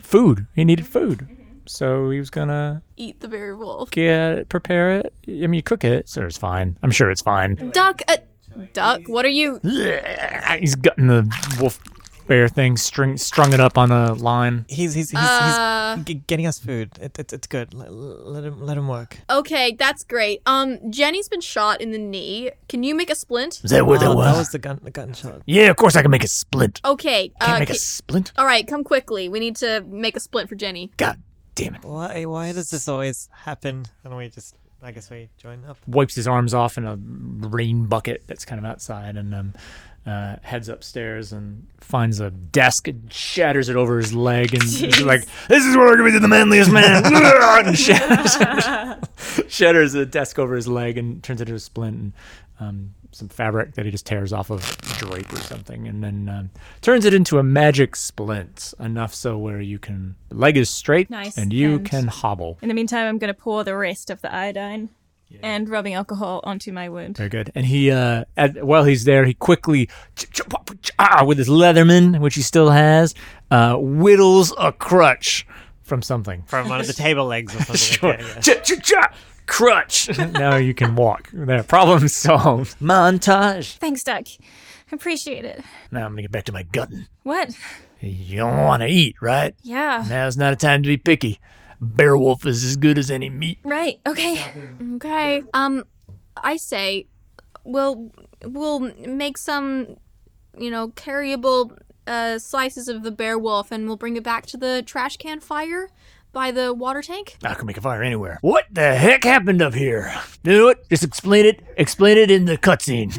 food. He needed food, so he was gonna
Eat the bear wolf.
get prepare it. I mean, you cook it, so it's fine. I'm sure it's fine.
Duck. Uh, duck. What are you?
Yeah, he's gutting the wolf bear thing, string strung it up on a line.
it. He's, he's, he's,
Uh.
he's g- getting us food. It, it's, it's good. Let, let him, let him work.
Okay, that's great. Um, Jenny's been shot in the knee. Can you make a splint?
Is that where
Oh,
that was?
that was the gun, the gunshot.
Yeah, of course I can make a splint.
Okay.
Can't
uh,
make a
ca-
splint.
all right, come quickly. We need to make a splint for Jenny.
God damn it!
Why, why does this always happen? And we just, I guess we join up.
wipes his arms off in a rain bucket that's kind of outside and um, uh, heads upstairs and finds a desk and shatters it over his leg and he's like, This is what I'm going to be the manliest
*laughs*
man. *laughs* and shatters, shatters *laughs* the desk over his leg and turns it into a splint and um, some fabric that he just tears off of drape or something and then um, turns it into a magic splint enough so where you can, the leg is straight
Nice,
and you
and-
can hobble.
In the meantime, I'm gonna pour the rest of the iodine and rubbing alcohol onto my wound.
Very good. And he, uh, at, while he's there, he quickly, ch- ch- pop- ch- ah, with his Leatherman, which he still has, uh, whittles a crutch from something.
From
*laughs*
one of the table legs or something. like that, yeah.
Ch- ch- ch- crutch. *laughs* now you can walk. There, problem *laughs* solved. Montage.
Thanks, Duck. Appreciate it.
Now I'm gonna get back to my gutting.
What?
You don't want to eat, right?
Yeah.
Now's not a time to be picky. Bear wolf is as good as any meat.
Right. Okay.
Okay. Um, I say, we'll we'll make some, you know, carryable uh, slices of the bear wolf, and we'll bring it back to the trash can fire by the water tank.
I can make a fire anywhere. What the heck happened up here? You know what? Just explain it. Explain it in the cutscene.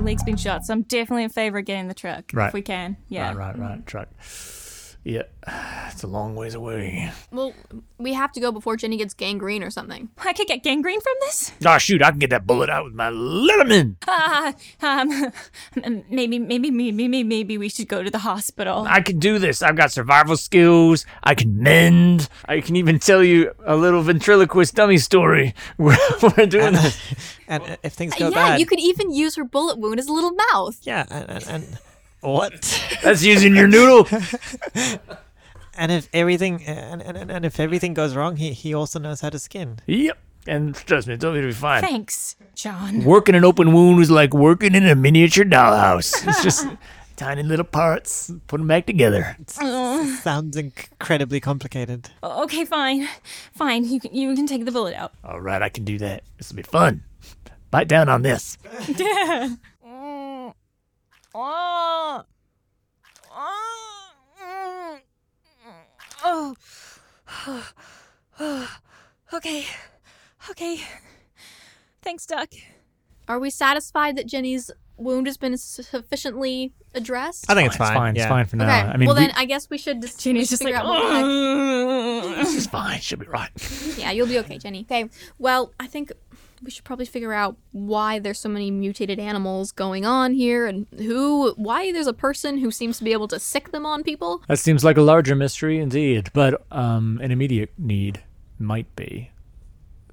leg's been shot, so I'm definitely in favor of getting the truck
Right.
if we can. Yeah.
Right, right, right. Truck. Yeah, *sighs* it's a long ways away.
Well, we have to go before Jenny gets gangrene or something.
I could get gangrene from this.
Ah, shoot, I can get that bullet out with my Letterman.
Ah, um, m- maybe, maybe, maybe, maybe, maybe we should go to the hospital.
*laughs* I can do this. I've got survival skills. I can mend. I can even tell you a little ventriloquist dummy story. *laughs* We're, we're doing this.
*laughs* and uh, if things go
yeah,
bad,
you could even use her bullet wound as a little mouth.
yeah, and, and, and what?
That's using your *laughs* noodle.
and if everything and, and, and- and if everything goes wrong, he he also knows how to skin.
Yep. And trust me, it's only gonna be fine.
Thanks, John.
Working an open wound is like working in a miniature dollhouse. It's just tiny little parts, put them back together.
Sounds incredibly complicated.
Okay, fine, fine. You can, you can take the bullet out. *laughs*
All right, I can do that. This will be fun. Bite down on this.
Oh. okay. Okay.
Thanks, Doc.
Are we satisfied that Jenny's wound has been sufficiently addressed?
I think it's
It's
fine.
fine. It's fine for now.
okay.
I mean,
well
we-
then, um, I guess we should just, we
Jenny's
should
just
figure
like,
out what the heck-
this is fine. She'll be right.
Yeah, you'll be okay, Jenny. Okay. Well, I think we should probably figure out why there's so many mutated animals going on here and who why there's a person who seems to be able to sick them on people.
That seems like a larger mystery indeed, but um, an immediate need might be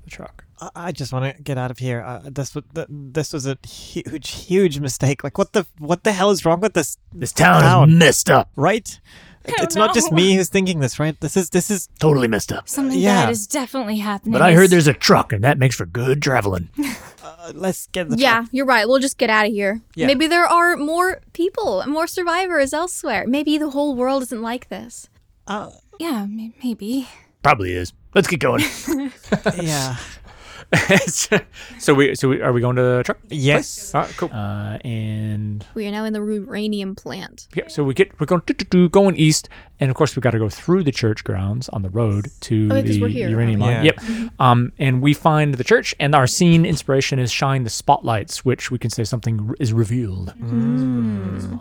the truck.
I, I just want to get out of here. Uh, this was th- this was a huge huge mistake. Like what the what the hell is wrong with this?
This town,
Town.
is messed up.
Right? Like, It's not just
know.
me who's thinking this, right? This is this is
Totally messed up.
Something
Yeah.
bad is definitely happening.
But I heard there's a truck, and that makes for
*laughs*
good traveling.
uh, let's get the
Yeah, you're right. We'll just get out of here.
Yeah.
Maybe there are more people, more survivors elsewhere. Maybe the whole world isn't like this.
Yeah, m- maybe.
Probably is. Let's get going.
*laughs* yeah.
*laughs* so we, so we, are we going to the truck?
Yes.
All right, cool. Uh, and
We are now in the uranium plant.
yeah, so we get we're going do, do, do, going east, and of course we got to go through the church grounds on the road to
Oh, yeah, 'cause
the
we're here. Mm-hmm.
uranium
Oh,
mine.
yeah.
Yep. Um, and we find the church, and our scene inspiration is shine the spotlights, which we can say something r- is revealed.
Mm-hmm.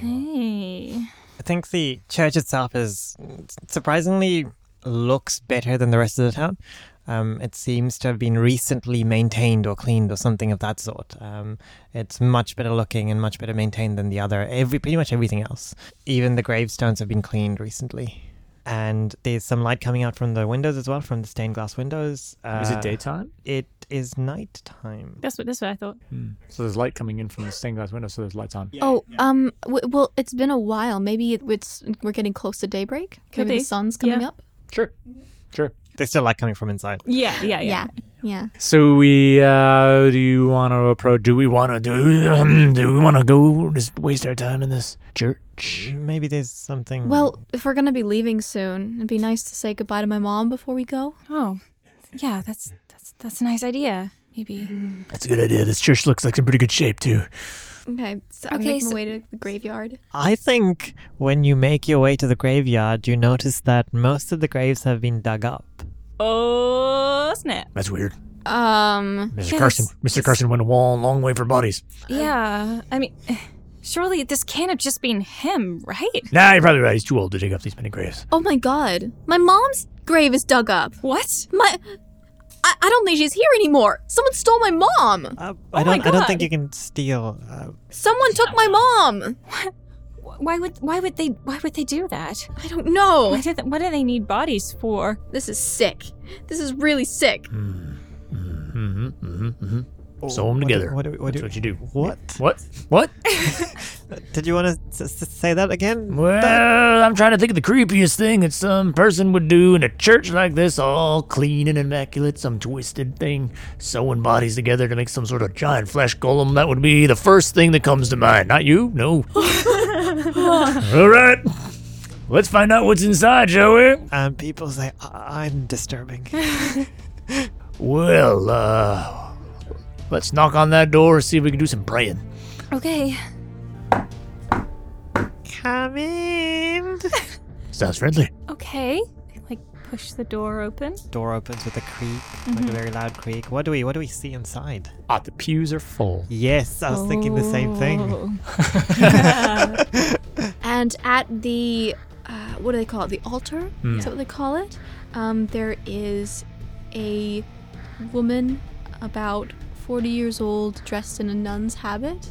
Hey.
I think the church itself is surprisingly looks better than the rest of the town. Um, it seems to have been recently maintained or cleaned or something of that sort. Um, it's much better looking and much better maintained than the other. Every pretty much everything else. Even the gravestones have been cleaned recently, and there's some light coming out from the windows as well, from the stained glass windows. Uh,
is it daytime?
It is nighttime.
That's what that's what I thought.
So there's light coming in from the stained glass window, so there's lights on.
oh, um, w- well, it's been a while. Maybe it, it's we're getting close to daybreak.
Could
Maybe
be.
the sun's coming
Yeah.
up.
Sure, sure.
There's still light coming from inside.
Yeah, yeah, yeah.
Yeah, yeah.
So we uh, do you want to approach? Do we want to do? Um, do we want to go? Just waste our time in this church?
Maybe there's something.
Well, if we're gonna be leaving soon, it'd be nice to say goodbye to my mom before we go.
Oh. Yeah, that's that's that's a nice idea. Maybe.
That's a good idea. This church looks like in pretty good shape too.
Okay, so I'm
Okay,
making my
so-
way to the graveyard.
I think when you make your way to the graveyard, you notice that most of the graves have been dug up.
Oh snap!
That's weird.
Um,
Mr.
Yeah,
Carson,
that's-
Mr. Carson went a long, long way for bodies.
Yeah. I mean, surely this can't have just been him, right?
Nah, you're probably right. He's too old to dig up these many graves.
oh my god, my mom's grave is dug up.
What?
My, I, I don't think she's here anymore. Someone stole my mom.
Uh, I
oh my
don't. I don't think
God.
you can steal. Uh,
Someone took my mom.
Why would why would they why would they do that?
I don't know.
What do, they, what do they need bodies for?
This is sick. This is really sick.
Mm-hmm, mm-hmm, mm-hmm. Sew them together.
What do, what do, what
That's what
do,
you do.
what?
What? What?
Did you want to s- s- say that again?
Well, I'm trying to think of the creepiest thing that some person would do in a church like this, all clean and immaculate, some twisted thing, sewing bodies together to make some sort of giant flesh golem. That would be the first thing that comes to mind. Not you, no. all right, let's find out what's inside, shall we?
Um, people say I- I'm
*laughs*
disturbing.
Well, uh, let's knock on that door, see if we can do some praying.
Okay.
Come in.
Sounds friendly.
Okay. Like
push the door open.
Door opens with a creak, like
Mm-hmm.
a very loud creak. What do we what do we see inside?
Ah, the pews are full.
Yes, I was thinking the same thing.
Oh.
And at the, uh, what do they call it? The altar? Is that what they call it? Um, there is a woman about 40 years old dressed in a nun's habit.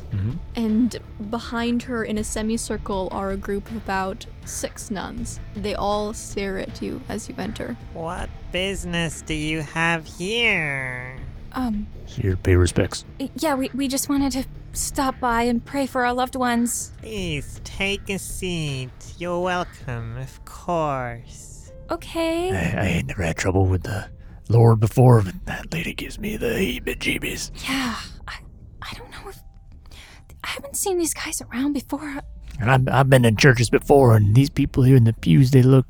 And behind her, in a semicircle, are a group of about six nuns. They all stare at you as you enter.
What business do you have here?
Um,
Here, pay respects.
y- yeah, we, we just wanted to stop by and pray for our loved ones.
Please take a seat. You're welcome, of course.
I,
Okay.
I never had trouble with the Lord before, but that lady gives me the heebie-jeebies.
Yeah, I, I don't know if. I haven't seen these guys around before.
And I'm, I've been in churches before, and these people here in the pews, they look,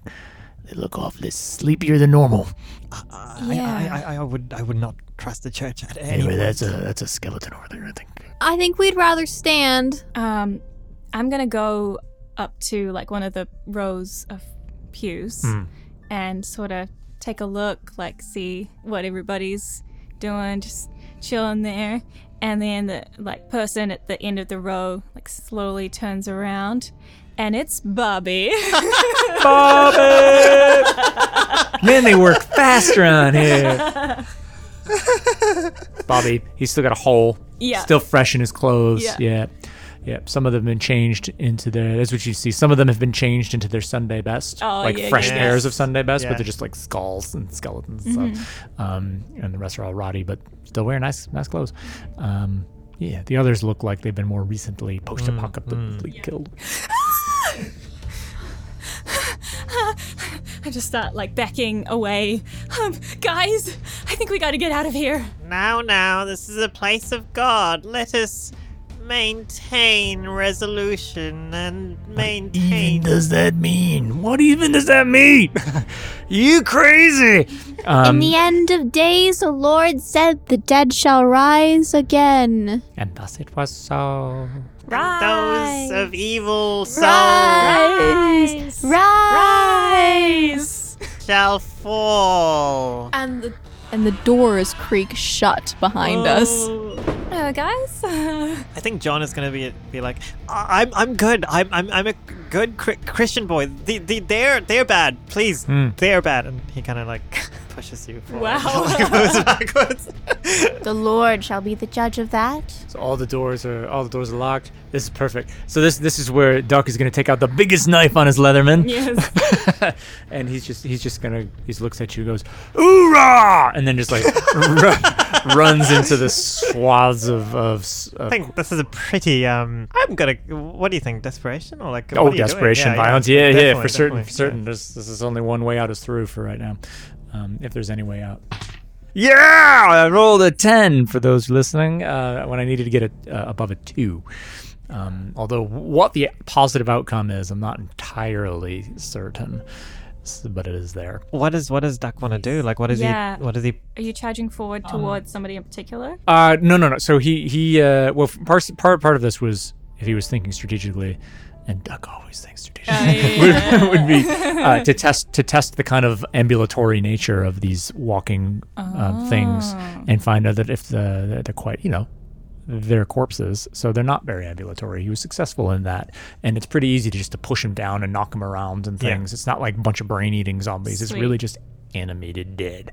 they look awfully sleepier than normal.
I, I, I, I would I would not trust the church at any
Anyway,
point.
that's a that's a skeleton over there, I think.
I think we'd rather stand.
Um, I'm gonna go up to like one of the rows of pews and sort of take a look, like see what everybody's doing, just chilling there. And then the like person at the end of the row like slowly turns around, and it's Bobby. *laughs*
Man, they work faster on here.
Bobby,
He's still got a hole.
yeah.
Still fresh in his clothes.
Yeah.
Yeah. yeah. Some of them have been changed into their. That's what you see. Some of them have been changed into their Sunday best.
Oh,
like
yeah,
fresh
yeah.
pairs of Sunday best,
Yeah.
but they're just like skulls and skeletons and stuff.
Mm-hmm.
Um, and the rest are all rotty, but still wearing nice, nice clothes. Um, yeah. The others look like they've been more recently post-apocalyptically killed.
I just start like backing away. Um, guys, I think we got to get out of here.
Now, now, this is a place of God. Let us maintain resolution and maintain.
does that mean? What even does that
*laughs*
mean? you crazy?
Um,
the end of days, the Lord said, the dead shall rise again.
and thus it was so.
Those of evil souls
Rise! Rise!
shall fall.
And the and the doors creak shut
Oh.
behind us.
Uh, guys,
I think John is gonna be be like, I- I'm I'm good. I'm I'm I'm a good cr- Christian boy. The, the they're they're bad. Please,
Hmm.
they're bad. And he kind of like *laughs* pushes you. Forward.
Wow.
*laughs* Like, goes backwards.
The Lord shall be the judge of that.
So all the doors are all the doors are locked. This is perfect. So this this is where Doc is gonna take out the biggest knife on his Leatherman.
yes.
*laughs* and he's just he's just gonna he just looks at you, goes oorah, and then just like *laughs* ru- runs into the swaths of of. s-
I
of
think this is a pretty. Um, I'm gonna. What do you think? Desperation or like? what
Oh,
are you doing?
desperation, violence. Yeah, yeah,
Definitely,
for certain, for
definitely,
certain. There's, this is only one way out is through for right now, um, if there's any way out. Yeah, I rolled a ten for those listening. Uh, when I needed to get a, uh, above a two, um, although what the positive outcome is, I'm not entirely certain, S- but it is there.
yeah. What does What does Duck want to do? Like, what is
Yeah.
he? What is he?
Are you charging forward towards somebody in particular?
Uh, no, no, no. So he he uh, well, part part part of this was if he was thinking strategically, and Duck always thinks strategically *laughs* would, would be uh, to test to test the kind of ambulatory nature of these walking uh, things and find out that if the that they're quite you know they're corpses so they're not very ambulatory he was successful in that and it's pretty easy to just to push him down and knock him around and things it's not like a bunch of brain eating zombies it's
Sweet.
really just animated dead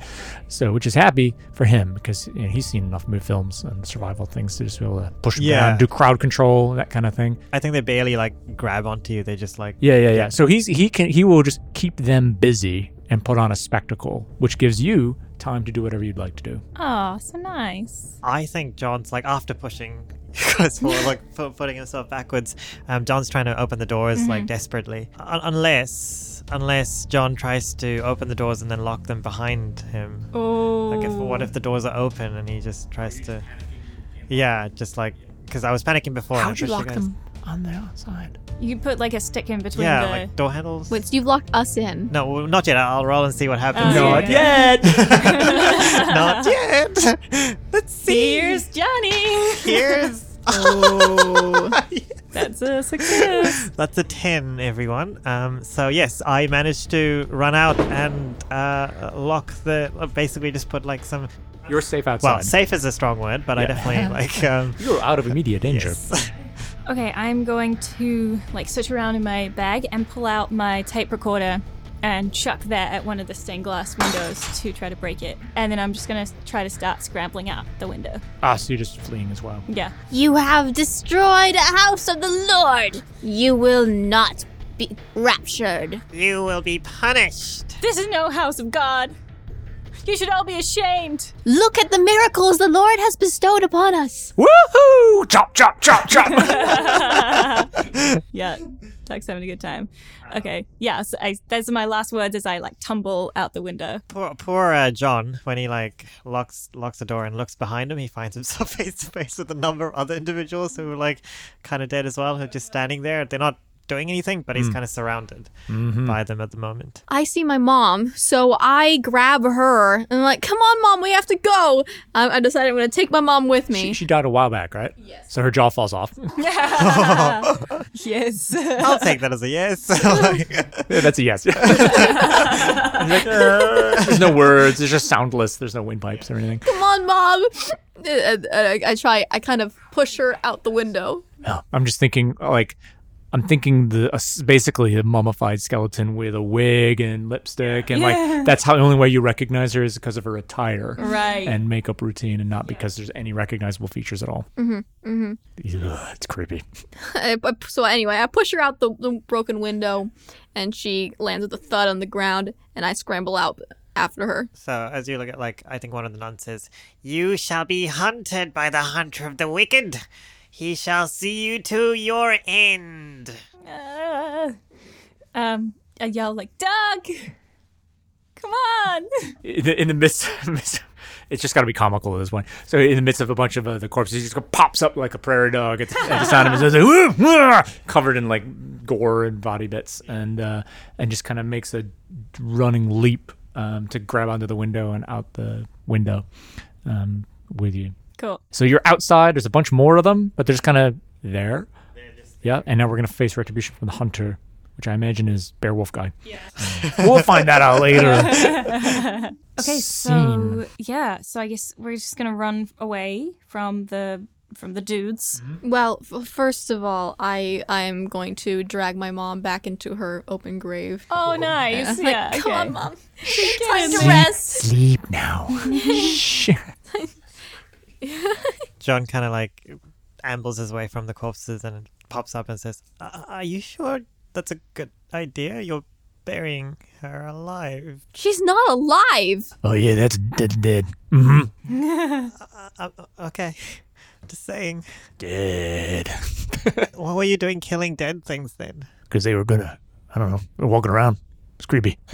so which is happy for him because you know, he's seen enough movie films and survival things to just be able to push him
Yeah.
down do crowd control that kind of thing
I think they barely like grab onto you. They just like.
yeah, yeah, yeah. So he's he can he will just keep them busy and put on a spectacle, which gives you time to do whatever you'd like to do.
Oh, so nice.
I think John's like after pushing *laughs* you guys forward, like pu- putting himself backwards. Um, John's trying to open the doors like desperately, Un unless unless John tries to open the doors and then lock them behind him.
Oh.
Like, if what if the doors are open and he just tries to, yeah, just like because I was panicking before. and I
How'd you
pushed
lock
guys-
them on the outside?
You put like a stick in between
Yeah,
the.
like door handles.
Wait, so you've locked us in.
No, well, not yet. I'll roll and see what happens.
Oh, Not
yet. *laughs* not yet. Let's see.
Here's Johnny.
*laughs* Here's
Oh,
That's a success.
*laughs* That's a 10, everyone. Um, so, yes, I managed to run out and uh, lock the. Basically, just put like some.
You're safe outside.
Well, safe is a strong word, but I
Yeah.
definitely like. Um,
You're out of immediate danger.
yes.
okay, I'm going to like search around in my bag and pull out my tape recorder and chuck that at one of the stained glass windows to try to break it. And then I'm just going to try to start scrambling out the window.
Ah, so you're just fleeing as well.
Yeah.
You have destroyed a house of the Lord. You will not be raptured.
You will be punished.
This is no house of God. You should all be ashamed.
Look at the miracles the Lord has bestowed upon us.
*laughs* Woohoo! Chop, chop,
*laughs*
chop, chop.
*laughs* Yeah. Doug's having a good time. Okay. Yeah. So I, those are my last words as I like tumble out the
*laughs*
window.
Poor, poor uh, John, when he like locks locks the door and looks behind him, he finds himself *laughs* face to face with a number of other individuals who are like kind of dead as well, who are just standing there. They're not doing anything, but he's kind of surrounded by them at the moment.
I see my mom, so I grab her and I'm like, "Come on, mom, we have to go." Um, I, I decided I'm gonna take my mom with me.
She, she died a while back, right? Yes. So her jaw falls off. *laughs*
Yes.
I'll take that as a yes. *laughs* Like,
Yeah, That's a yes. *laughs* there's no words. It's just soundless. There's no windpipes or anything.
Come on, mom. *laughs* And- and I, I try. I kind of push her out the window.
No, I'm just thinking like I'm thinking the uh, basically a mummified skeleton with a wig and lipstick and like that's how the only way you recognize her is because of her attire
Right.
and makeup routine and not because there's any recognizable features at all. Mm-hmm. Mm-hmm. It's creepy.
I- I- so anyway, I push her out the, the broken window, and she lands with a thud on the ground, and I scramble out after her.
so as you look at like, I think one of the nuns says, "You shall be hunted by the hunter of the wicked. He shall see you to your end."
Uh, um, I yell like, Doug, come on.
in the, in the midst, *laughs* midst- it's just got to be comical at this point. So in the midst of a bunch of uh, the corpses, he just go- pops up like a prairie dog at the, at the sound of his like, "Woo, wah," covered in like gore and body bits, and uh, and just kind of makes a running leap um, to grab onto the window and out the window um, with you.
Cool.
So you're outside. There's a bunch more of them, but they're just kind of there. Yeah, and now we're gonna face retribution from the hunter, which I imagine is Bear Wolf guy. Yeah, we'll find that out *laughs* later.
Okay, so yeah, so I guess we're just gonna run away from the from the dudes.
Mm-hmm.
Well, f- first of all, I I'm going to drag my mom back into her open grave.
Oh, nice.
Like,
Yeah. okay.
come on, mom. Time to rest.
Sleep now.
John kind of like ambles his way from the corpses and pops up and says, "A- "Are you sure that's a good idea? You're burying her alive.
She's not alive.
*laughs* Oh yeah, that's dead, dead, Mm-hmm.
Uh, uh, okay, *laughs* just saying.
dead.
What were you doing, killing dead things then?
Because they were gonna, I don't know, they were walking around. It's creepy. *laughs*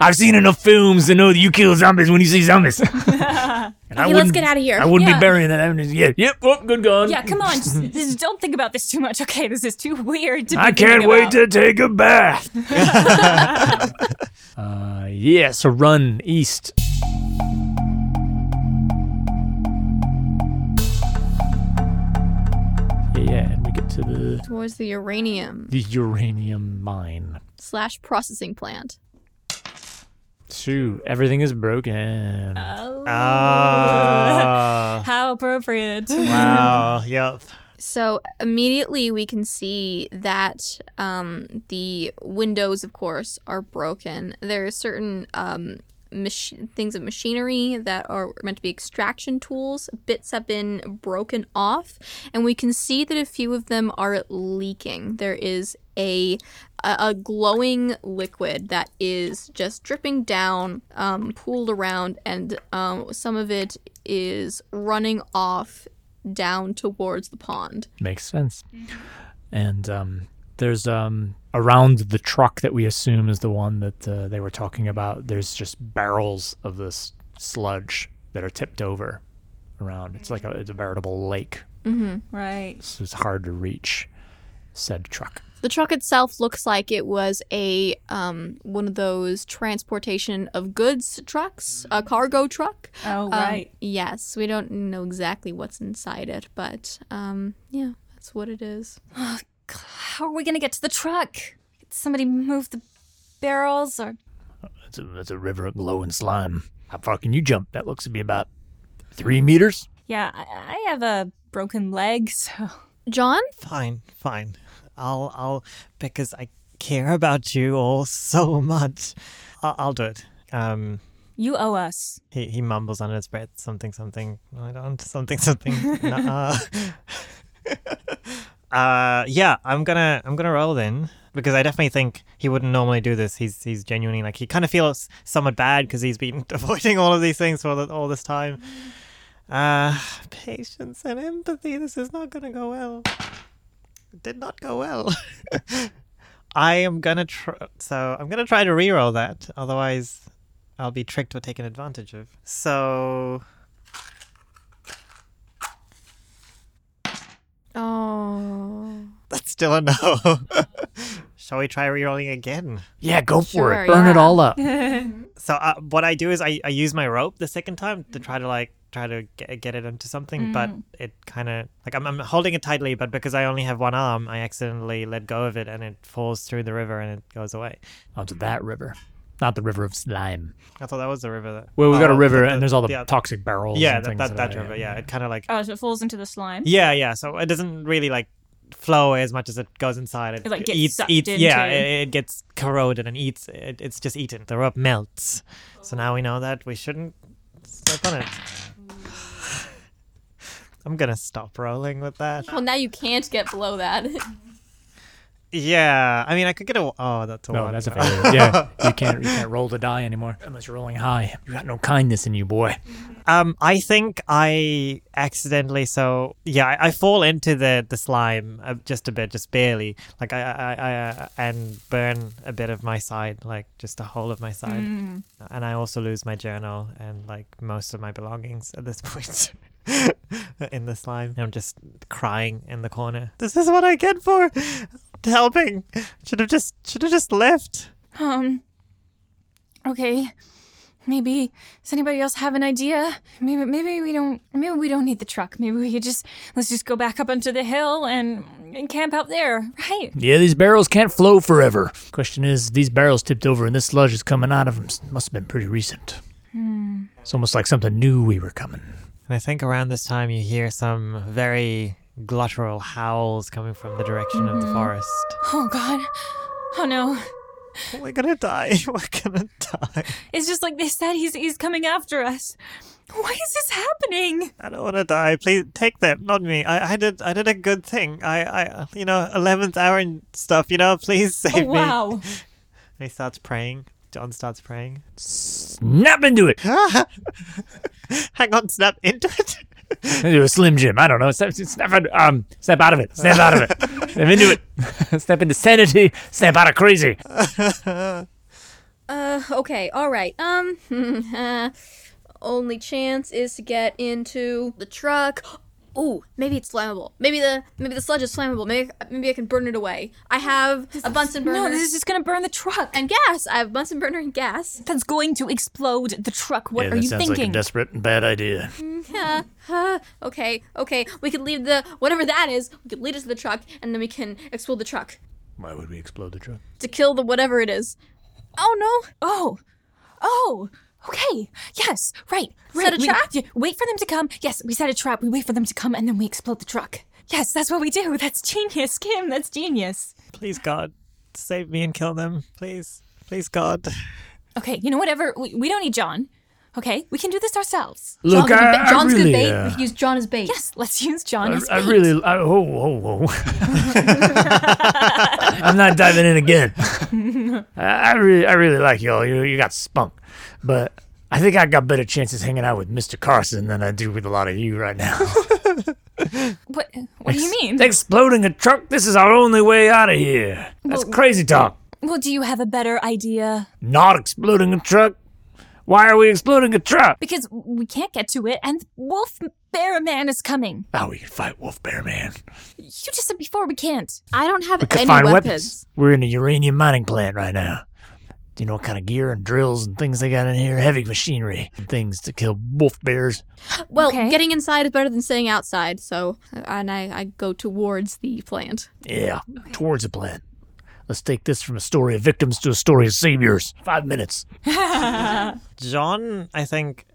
I've seen enough films to know that you kill zombies when you see
*laughs*
zombies. and I
Okay, let's
wouldn't-
get out of here.
I wouldn't
Yeah.
be burying that. I wouldn't- Yeah. Yep. Oh, good gun.
Yeah,
*laughs*
come on. Just, just don't think about this too much. Okay, this is too weird. To be
*laughs* I can't
thinking
wait
about.
to take a
*laughs*
bath. *laughs* uh, yeah. So run east. Yeah, yeah, and we get to the
Towards the uranium
the uranium mine.
slash processing plant.
Shoot, everything is broken.
Oh.
Ah,
*laughs* How *laughs* appropriate.
wow. Yep.
So immediately we can see that um, the windows, of course, are broken. There are certain um, mach- things of machinery that are meant to be extraction tools. Bits have been broken off, and we can see that a few of them are leaking. There is a a a glowing liquid that is just dripping down, um, pooled around, and um, some of it is running off down towards the pond.
Makes sense. And um, there's um, around the truck that we assume is the one that uh, they were talking about. There's just barrels of this sludge that are tipped over around. It's like a, it's a veritable lake.
right.
So it's hard to reach said truck.
The truck itself looks like it was a um, one of those transportation of goods trucks, a cargo truck.
Oh,
Um,
right.
yes, we don't know exactly what's inside it, but um, yeah, that's what it is.
How are we going to get to the truck? Could somebody move the barrels or.
That's a, that's a river of glowing slime. How far can you jump? That looks to be about three meters.
Yeah, I, I have a broken leg, *laughs* so.
John,
Fine, fine. I'll, I'll, because I care about you all so much. I'll, I'll do it. Um,
You owe us.
he, he mumbles under his breath something, something. No, I don't. Something, something. Nuh-uh. *laughs* uh, yeah, I'm gonna, I'm gonna roll then because I definitely think he wouldn't normally do this. He's, he's genuinely like he kind of feels somewhat bad because he's been *laughs* avoiding all of these things for all the- all this time. Uh, patience and empathy. This is not gonna go well. It did not go well. *laughs* I am gonna tr- so I'm gonna try to reroll that. Otherwise, I'll be tricked or taken advantage of. So *laughs*
oh,
that's still a no. *laughs* Shall we try rerolling again?
Yeah, go for
Sure,
it. Burn it
yeah.
all
*laughs*
up.
So uh, what I do is I, I use my rope the second time to try to like try to get, get it into something, but it kind of like I'm, I'm holding it tightly, but because I only have one arm, I accidentally let go of it and it falls through the river and it goes away.
Onto that river. Not the river of slime.
I thought that was the river. That,
Well, we've got a
oh,
river,
the- the-
and there's all the
yeah,
toxic barrels.
yeah
and
that,
things
that, that
are-
river. Yeah, it kind of like
Oh, so it falls into the slime?
Yeah, yeah. So it doesn't really like flow as much as it goes inside. It,
It, like, gets
eats,
sucked
eats. Yeah,
into.
it, it gets corroded and eats. It, it's just eaten. The rope melts. So now we know that we shouldn't step on it. *sighs* I'm gonna stop rolling with that.
well now you can't get below that. *laughs*
Yeah, I mean I could get a. Oh, that's a
No,
one.
that's a failure.
*laughs*
yeah, you can't you can't roll to die anymore unless you're rolling high. You got no kindness in you, boy.
Um, I think I accidentally. So yeah, I, I fall into the the slime uh, just a bit, just barely. Like I, I, I uh, and burn a bit of my side, like just a whole of my side, and I also lose my journal and like most of my belongings at this *laughs* point. in the slime, and I'm just crying in the corner. This is what I get for helping. Should have just should have just left.
Um. Okay. Maybe does anybody else have an idea?
Maybe maybe we don't maybe we don't need the truck. Maybe we could just let's just go back up onto the hill and, and camp out there. Right.
Yeah, these barrels can't flow forever. Question is, these barrels tipped over and this sludge is coming out of them. Must have been pretty recent. It's almost like something new we were coming.
And I think around this time you hear some very gluttural howls coming from the direction of the forest.
Oh god. Oh no.
*laughs* We're gonna die. *laughs* We're gonna die.
It's just like they said he's he's coming after us. Why is this happening?
I don't wanna die. Please take them, not me. I, I did I did a good thing. I, I you know, eleventh hour and stuff, you know, please *laughs* save
Oh
me.
wow.
And he starts praying. John starts praying. *laughs*
Snap into it.
Hang on, snap into it. *laughs*
Into a slim Jim. I don't know. Snap, snap, out- um, snap out of it. Snap out of it. snap into
*laughs*
it. snap into sanity. Snap out of crazy.
Uh, okay, all right. Um, *laughs* hmm, uh, only chance is to get into the truck. Ooh, maybe it's flammable. Maybe the maybe the sludge is flammable. Maybe maybe I can burn it away. I have a Bunsen burner
No, this is just gonna burn the truck.
and gas. I have Bunsen burner and gas. *laughs*
That's going to explode the truck. What
yeah,
are
that
you
sounds
thinking?
like a desperate and bad idea.
Huh, huh, okay, okay. We could leave the whatever that is. We could lead it to the truck, and then we can explode the truck
Why would we explode the truck?
to kill the whatever it is. Oh no!
Oh, oh, okay. Yes, right. right.
Set a
We-
trap?
yeah, wait for them to come. Yes, we set a trap. We wait for them to come, and then we explode the truck. Yes, that's what we do. *laughs* That's genius, Kim. That's genius.
Please God, save me and kill them. Please. Please God. *laughs*
Okay, you know whatever. We, we don't need John. Okay, we can do this ourselves.
Look,
John could
I,
Oh, ba- John's
I
good
really,
bait.
uh,
We could use John as bait.
Yes, let's use John. as
I
bait.
really, I, oh, oh, oh. *laughs* I'm not diving
*laughs*
in again. I, I really, I really like y'all. You, you got spunk, but I think I got better chances hanging out with Mr. Carson than I do with a lot of you right now.
What? What do you mean?
*laughs* Exploding a truck. This is our only way out of here. That's crazy talk.
Well, do you have a better idea?
Not exploding a truck.
Why are we exploding a truck?
Because we can't get to it, and Wolf Bear Man is coming.
Oh,
Now we can fight Wolf Bear Man.
You just said before we can't.
I don't have
We could
any
find
weapons.
weapons. We're in a uranium mining plant right now. Do you know what kind of gear and drills and things they got in here? Heavy machinery and things to kill wolf bears.
Well,
Okay.
getting inside is better than staying outside. So, and I, I go towards the plant.
Yeah, towards the plant. Let's take this from a story of victims to a story of saviors. Five minutes.
John, I think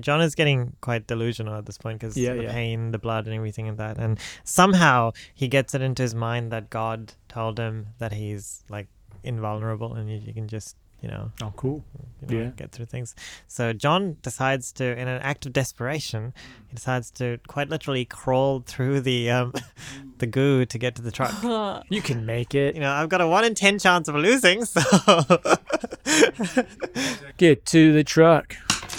John is getting quite delusional at this point because
Yeah,
the
yeah.
pain, the blood, and everything of that. And somehow he gets it into his mind that God told him that he's like invulnerable and you, you can just, you know,
Oh, cool.
you know,
Yeah.
get through things. So John decides to, in an act of desperation, he decides to quite literally crawl through the um, *laughs* the goo to get to the truck.
You can make
You
it.
know, I've got a one in ten chance of losing, so *laughs*
Get to the truck.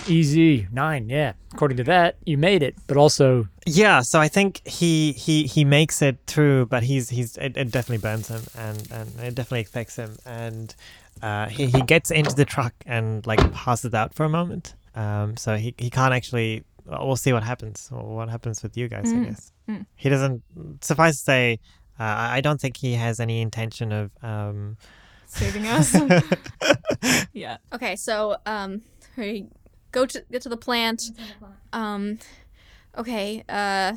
Easy. Nine. Yeah. According to that, you made it. But also,
yeah. So I think he he he makes it through, but he's he's it, it definitely burns him, and and it definitely affects him, and uh, he he gets into the truck and like passes out for a moment. Um, so he he can't actually. Well, we'll see what happens. Or what happens with you guys, I guess. He doesn't. Suffice to say, uh, I I don't think he has any intention of. Um,
Saving us. *laughs* yeah.
Okay, so um, we go to get to the plant. Um, okay, uh,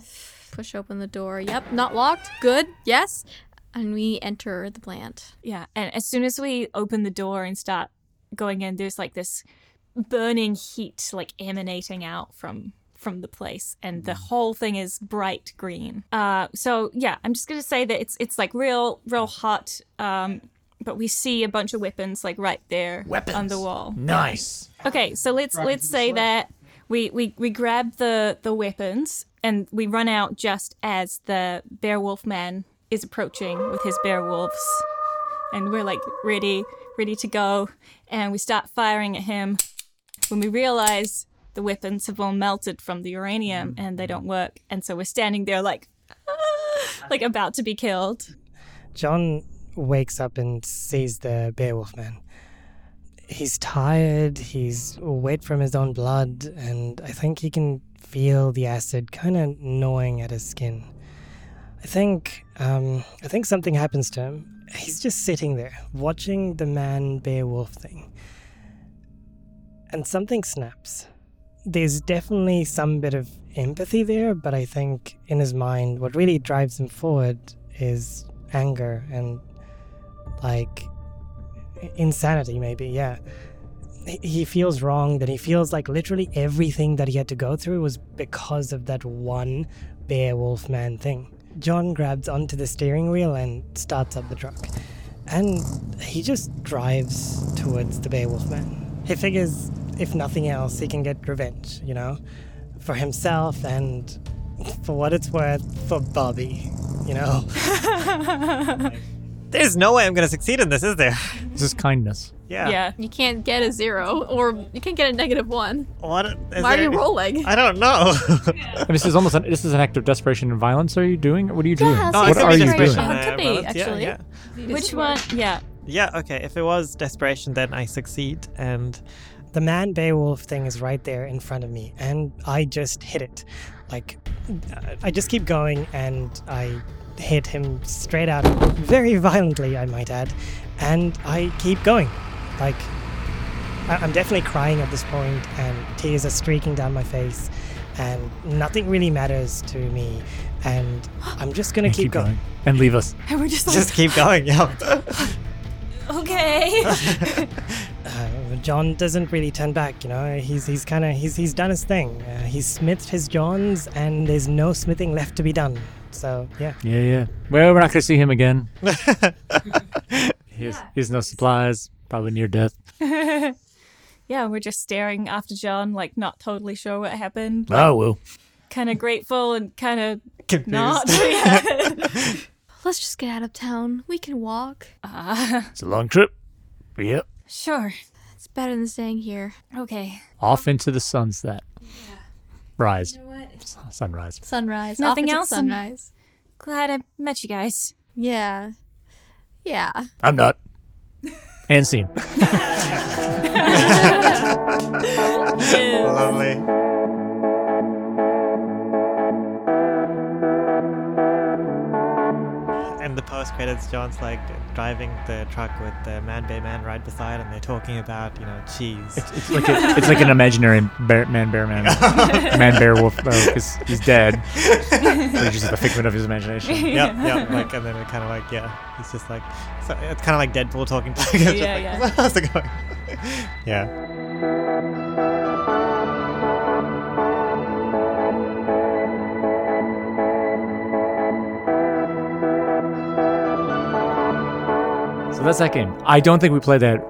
push open the door. Yep, not locked. Good. Yes, and we enter the plant.
Yeah. And as soon as we open the door and start going in, there's like this burning heat like emanating out from from the place and the whole thing is bright green. Uh *laughs* so yeah, I'm just gonna say that it's it's like real real hot. Um but we see a bunch of weapons like right there on
Weapons.
the wall.
Nice.
Okay, so let's let's say that we, we we grab the the weapons and we run out just as the bear wolf man is approaching with his bear wolves, and we're like ready ready to go, and we start firing at him. When we realize the weapons have all melted from the uranium and they don't work, and so we're standing there like. *laughs* Like about to be killed.
John wakes up and sees the Beowulf man. He's tired, he's wet from his own blood, and I think he can feel the acid kind of gnawing at his skin. I think um, I think something happens to him. He's just sitting there watching the man Beowulf thing. And something snaps. There's definitely some bit of empathy there, but I think in his mind, what really drives him forward is anger and like i- insanity maybe yeah He- he feels wronged and he feels like literally everything that he had to go through was because of that one bear wolf man thing john grabs onto the steering wheel and starts up the truck and he just drives towards the bear wolf man he figures if nothing else he can get revenge you know for himself and for what it's worth for bobby you know
there's no way I'm going to succeed in this, is there? *sighs*
this is kindness.
Yeah.
Yeah.
You can't get a zero, or you can't get a negative one.
What is
Why are
there-
you
*laughs*
rolling?
I don't know.
And this is almost an, this is an act of desperation and violence. Are you doing? What are you doing?
Yeah,
No, it
what
could
are
be
you
desperation,
doing?
It could
uh,
be,
violence. Yeah,
actually.
Yeah,
Which one? Yeah.
yeah. Okay. If it was desperation, then I succeed, and
the man Beowulf thing is right there in front of me, and I just hit it. Like, I just keep going, and I hit him straight out, very violently, I might add, and I keep going. Like, I- I'm definitely crying at this point, and tears are streaking down my face, and nothing really matters to me, and *gasps* I'm just gonna
And
keep, going.
And leave us.
And we're
*laughs*
just like,
just keep going. Yeah.
okay.
uh, John doesn't really turn back. You know, he's he's kind of he's he's done his thing. Uh, he's smithed his Johns, and there's no smithing left to be done. So yeah,
Yeah, yeah. Well, we're not going to see him again. he, has, he has no supplies. Probably near death.
yeah, we're just staring after John, like not totally sure what happened.
Oh, well.
Kind of grateful and kind of
Confused.
*laughs*
not. *laughs* Yeah.
Let's just get out of town. We can walk.
It's a long trip. Yep.
sure.
It's better than staying here.
Okay.
Off into the sunset. Rise. S- Sunrise.
Sunrise.
Nothing
off into the
else?
Sunrise.
Glad I met you guys.
Yeah. Yeah.
I'm not.
And scene.
Lovely.
And the post credits, John's like driving the truck with the Man Bay Man right beside, and they're talking about you know
*laughs*
cheese. It's,
Like a- it's like an imaginary bear, man, bear, man, man, bear, wolf, because he's dead. So he's just a figment of his imagination.
yep,
*laughs*
yep. Like, and then it kind of like, yeah, he's just like, so it's kind of like Deadpool talking to
Yeah,
*laughs* Just like,
yeah.
How's it going? yeah.
So that's that game. I don't think we played that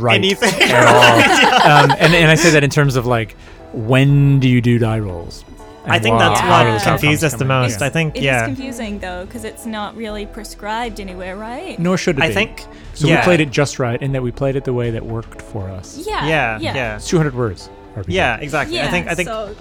right
Anything.
at all. um, and, and I say that in terms of like, when do you do die rolls?
I
And
think
why
that's
are
what
those outcomes
confused us the
coming?
most. I think,
It is
yeah.
confusing though, because it's not really prescribed anywhere, right?
Nor should it
*laughs* I
be.
think-
so.
yeah.
We played it just right, in that we played it the way that worked for us.
Yeah.
Yeah,
Yeah.
yeah,
It's 200 words. RPG.
yeah, exactly. I
Yeah,
think, I think,
so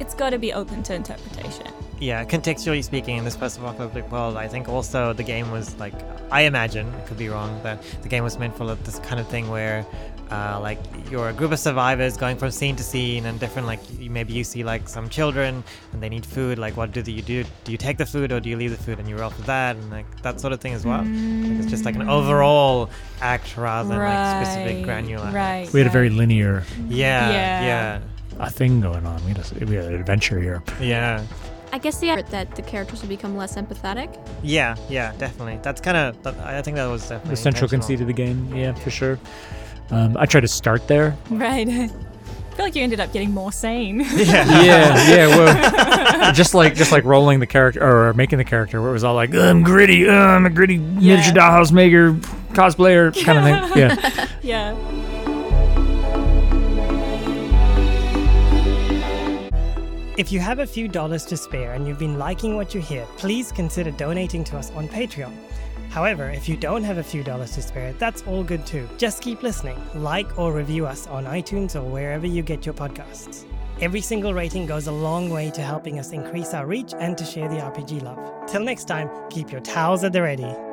it's got to be open to interpretation.
yeah. Contextually speaking, in this post-apocalyptic world, I think also the game was like, I imagine, it could be wrong, but the game was meant for this kind of thing where. Uh, like you're a group of survivors going from scene to scene and different like you- maybe you see like some children and they need food like what do you do do you take the food or do you leave the food and you roll for that and like that sort of thing as well like, it's just like an overall act rather than like specific granular
Mm. Right.
We had a very
right.
linear
yeah
Yeah.
yeah
uh, thing going on. We had, a, we had an adventure here.
yeah
I guess the that the characters would become less empathetic.
Yeah, yeah, definitely. That's kind of. I think that was definitely
The central conceit
intentional.
of the game, yeah, for sure. Um, I tried to start there.
*laughs* Right. *laughs* I feel like you ended up getting more
*laughs*
sane.
yeah, yeah. Well, just like just like rolling the character or making the character, where it was all like, "I'm gritty, uh, I'm a gritty miniature dollhouse maker, cosplayer," kind of thing. Yeah.
yeah.
If you have a few dollars to spare and you've been liking what you hear, please consider donating to us on Patreon. However, if you don't have a few dollars to spare, that's all good too. Just keep listening, like or review us on iTunes or wherever you get your podcasts. Every single rating goes a long way to helping us increase our reach and to share the RPG love. Till next time, keep your towels at the ready.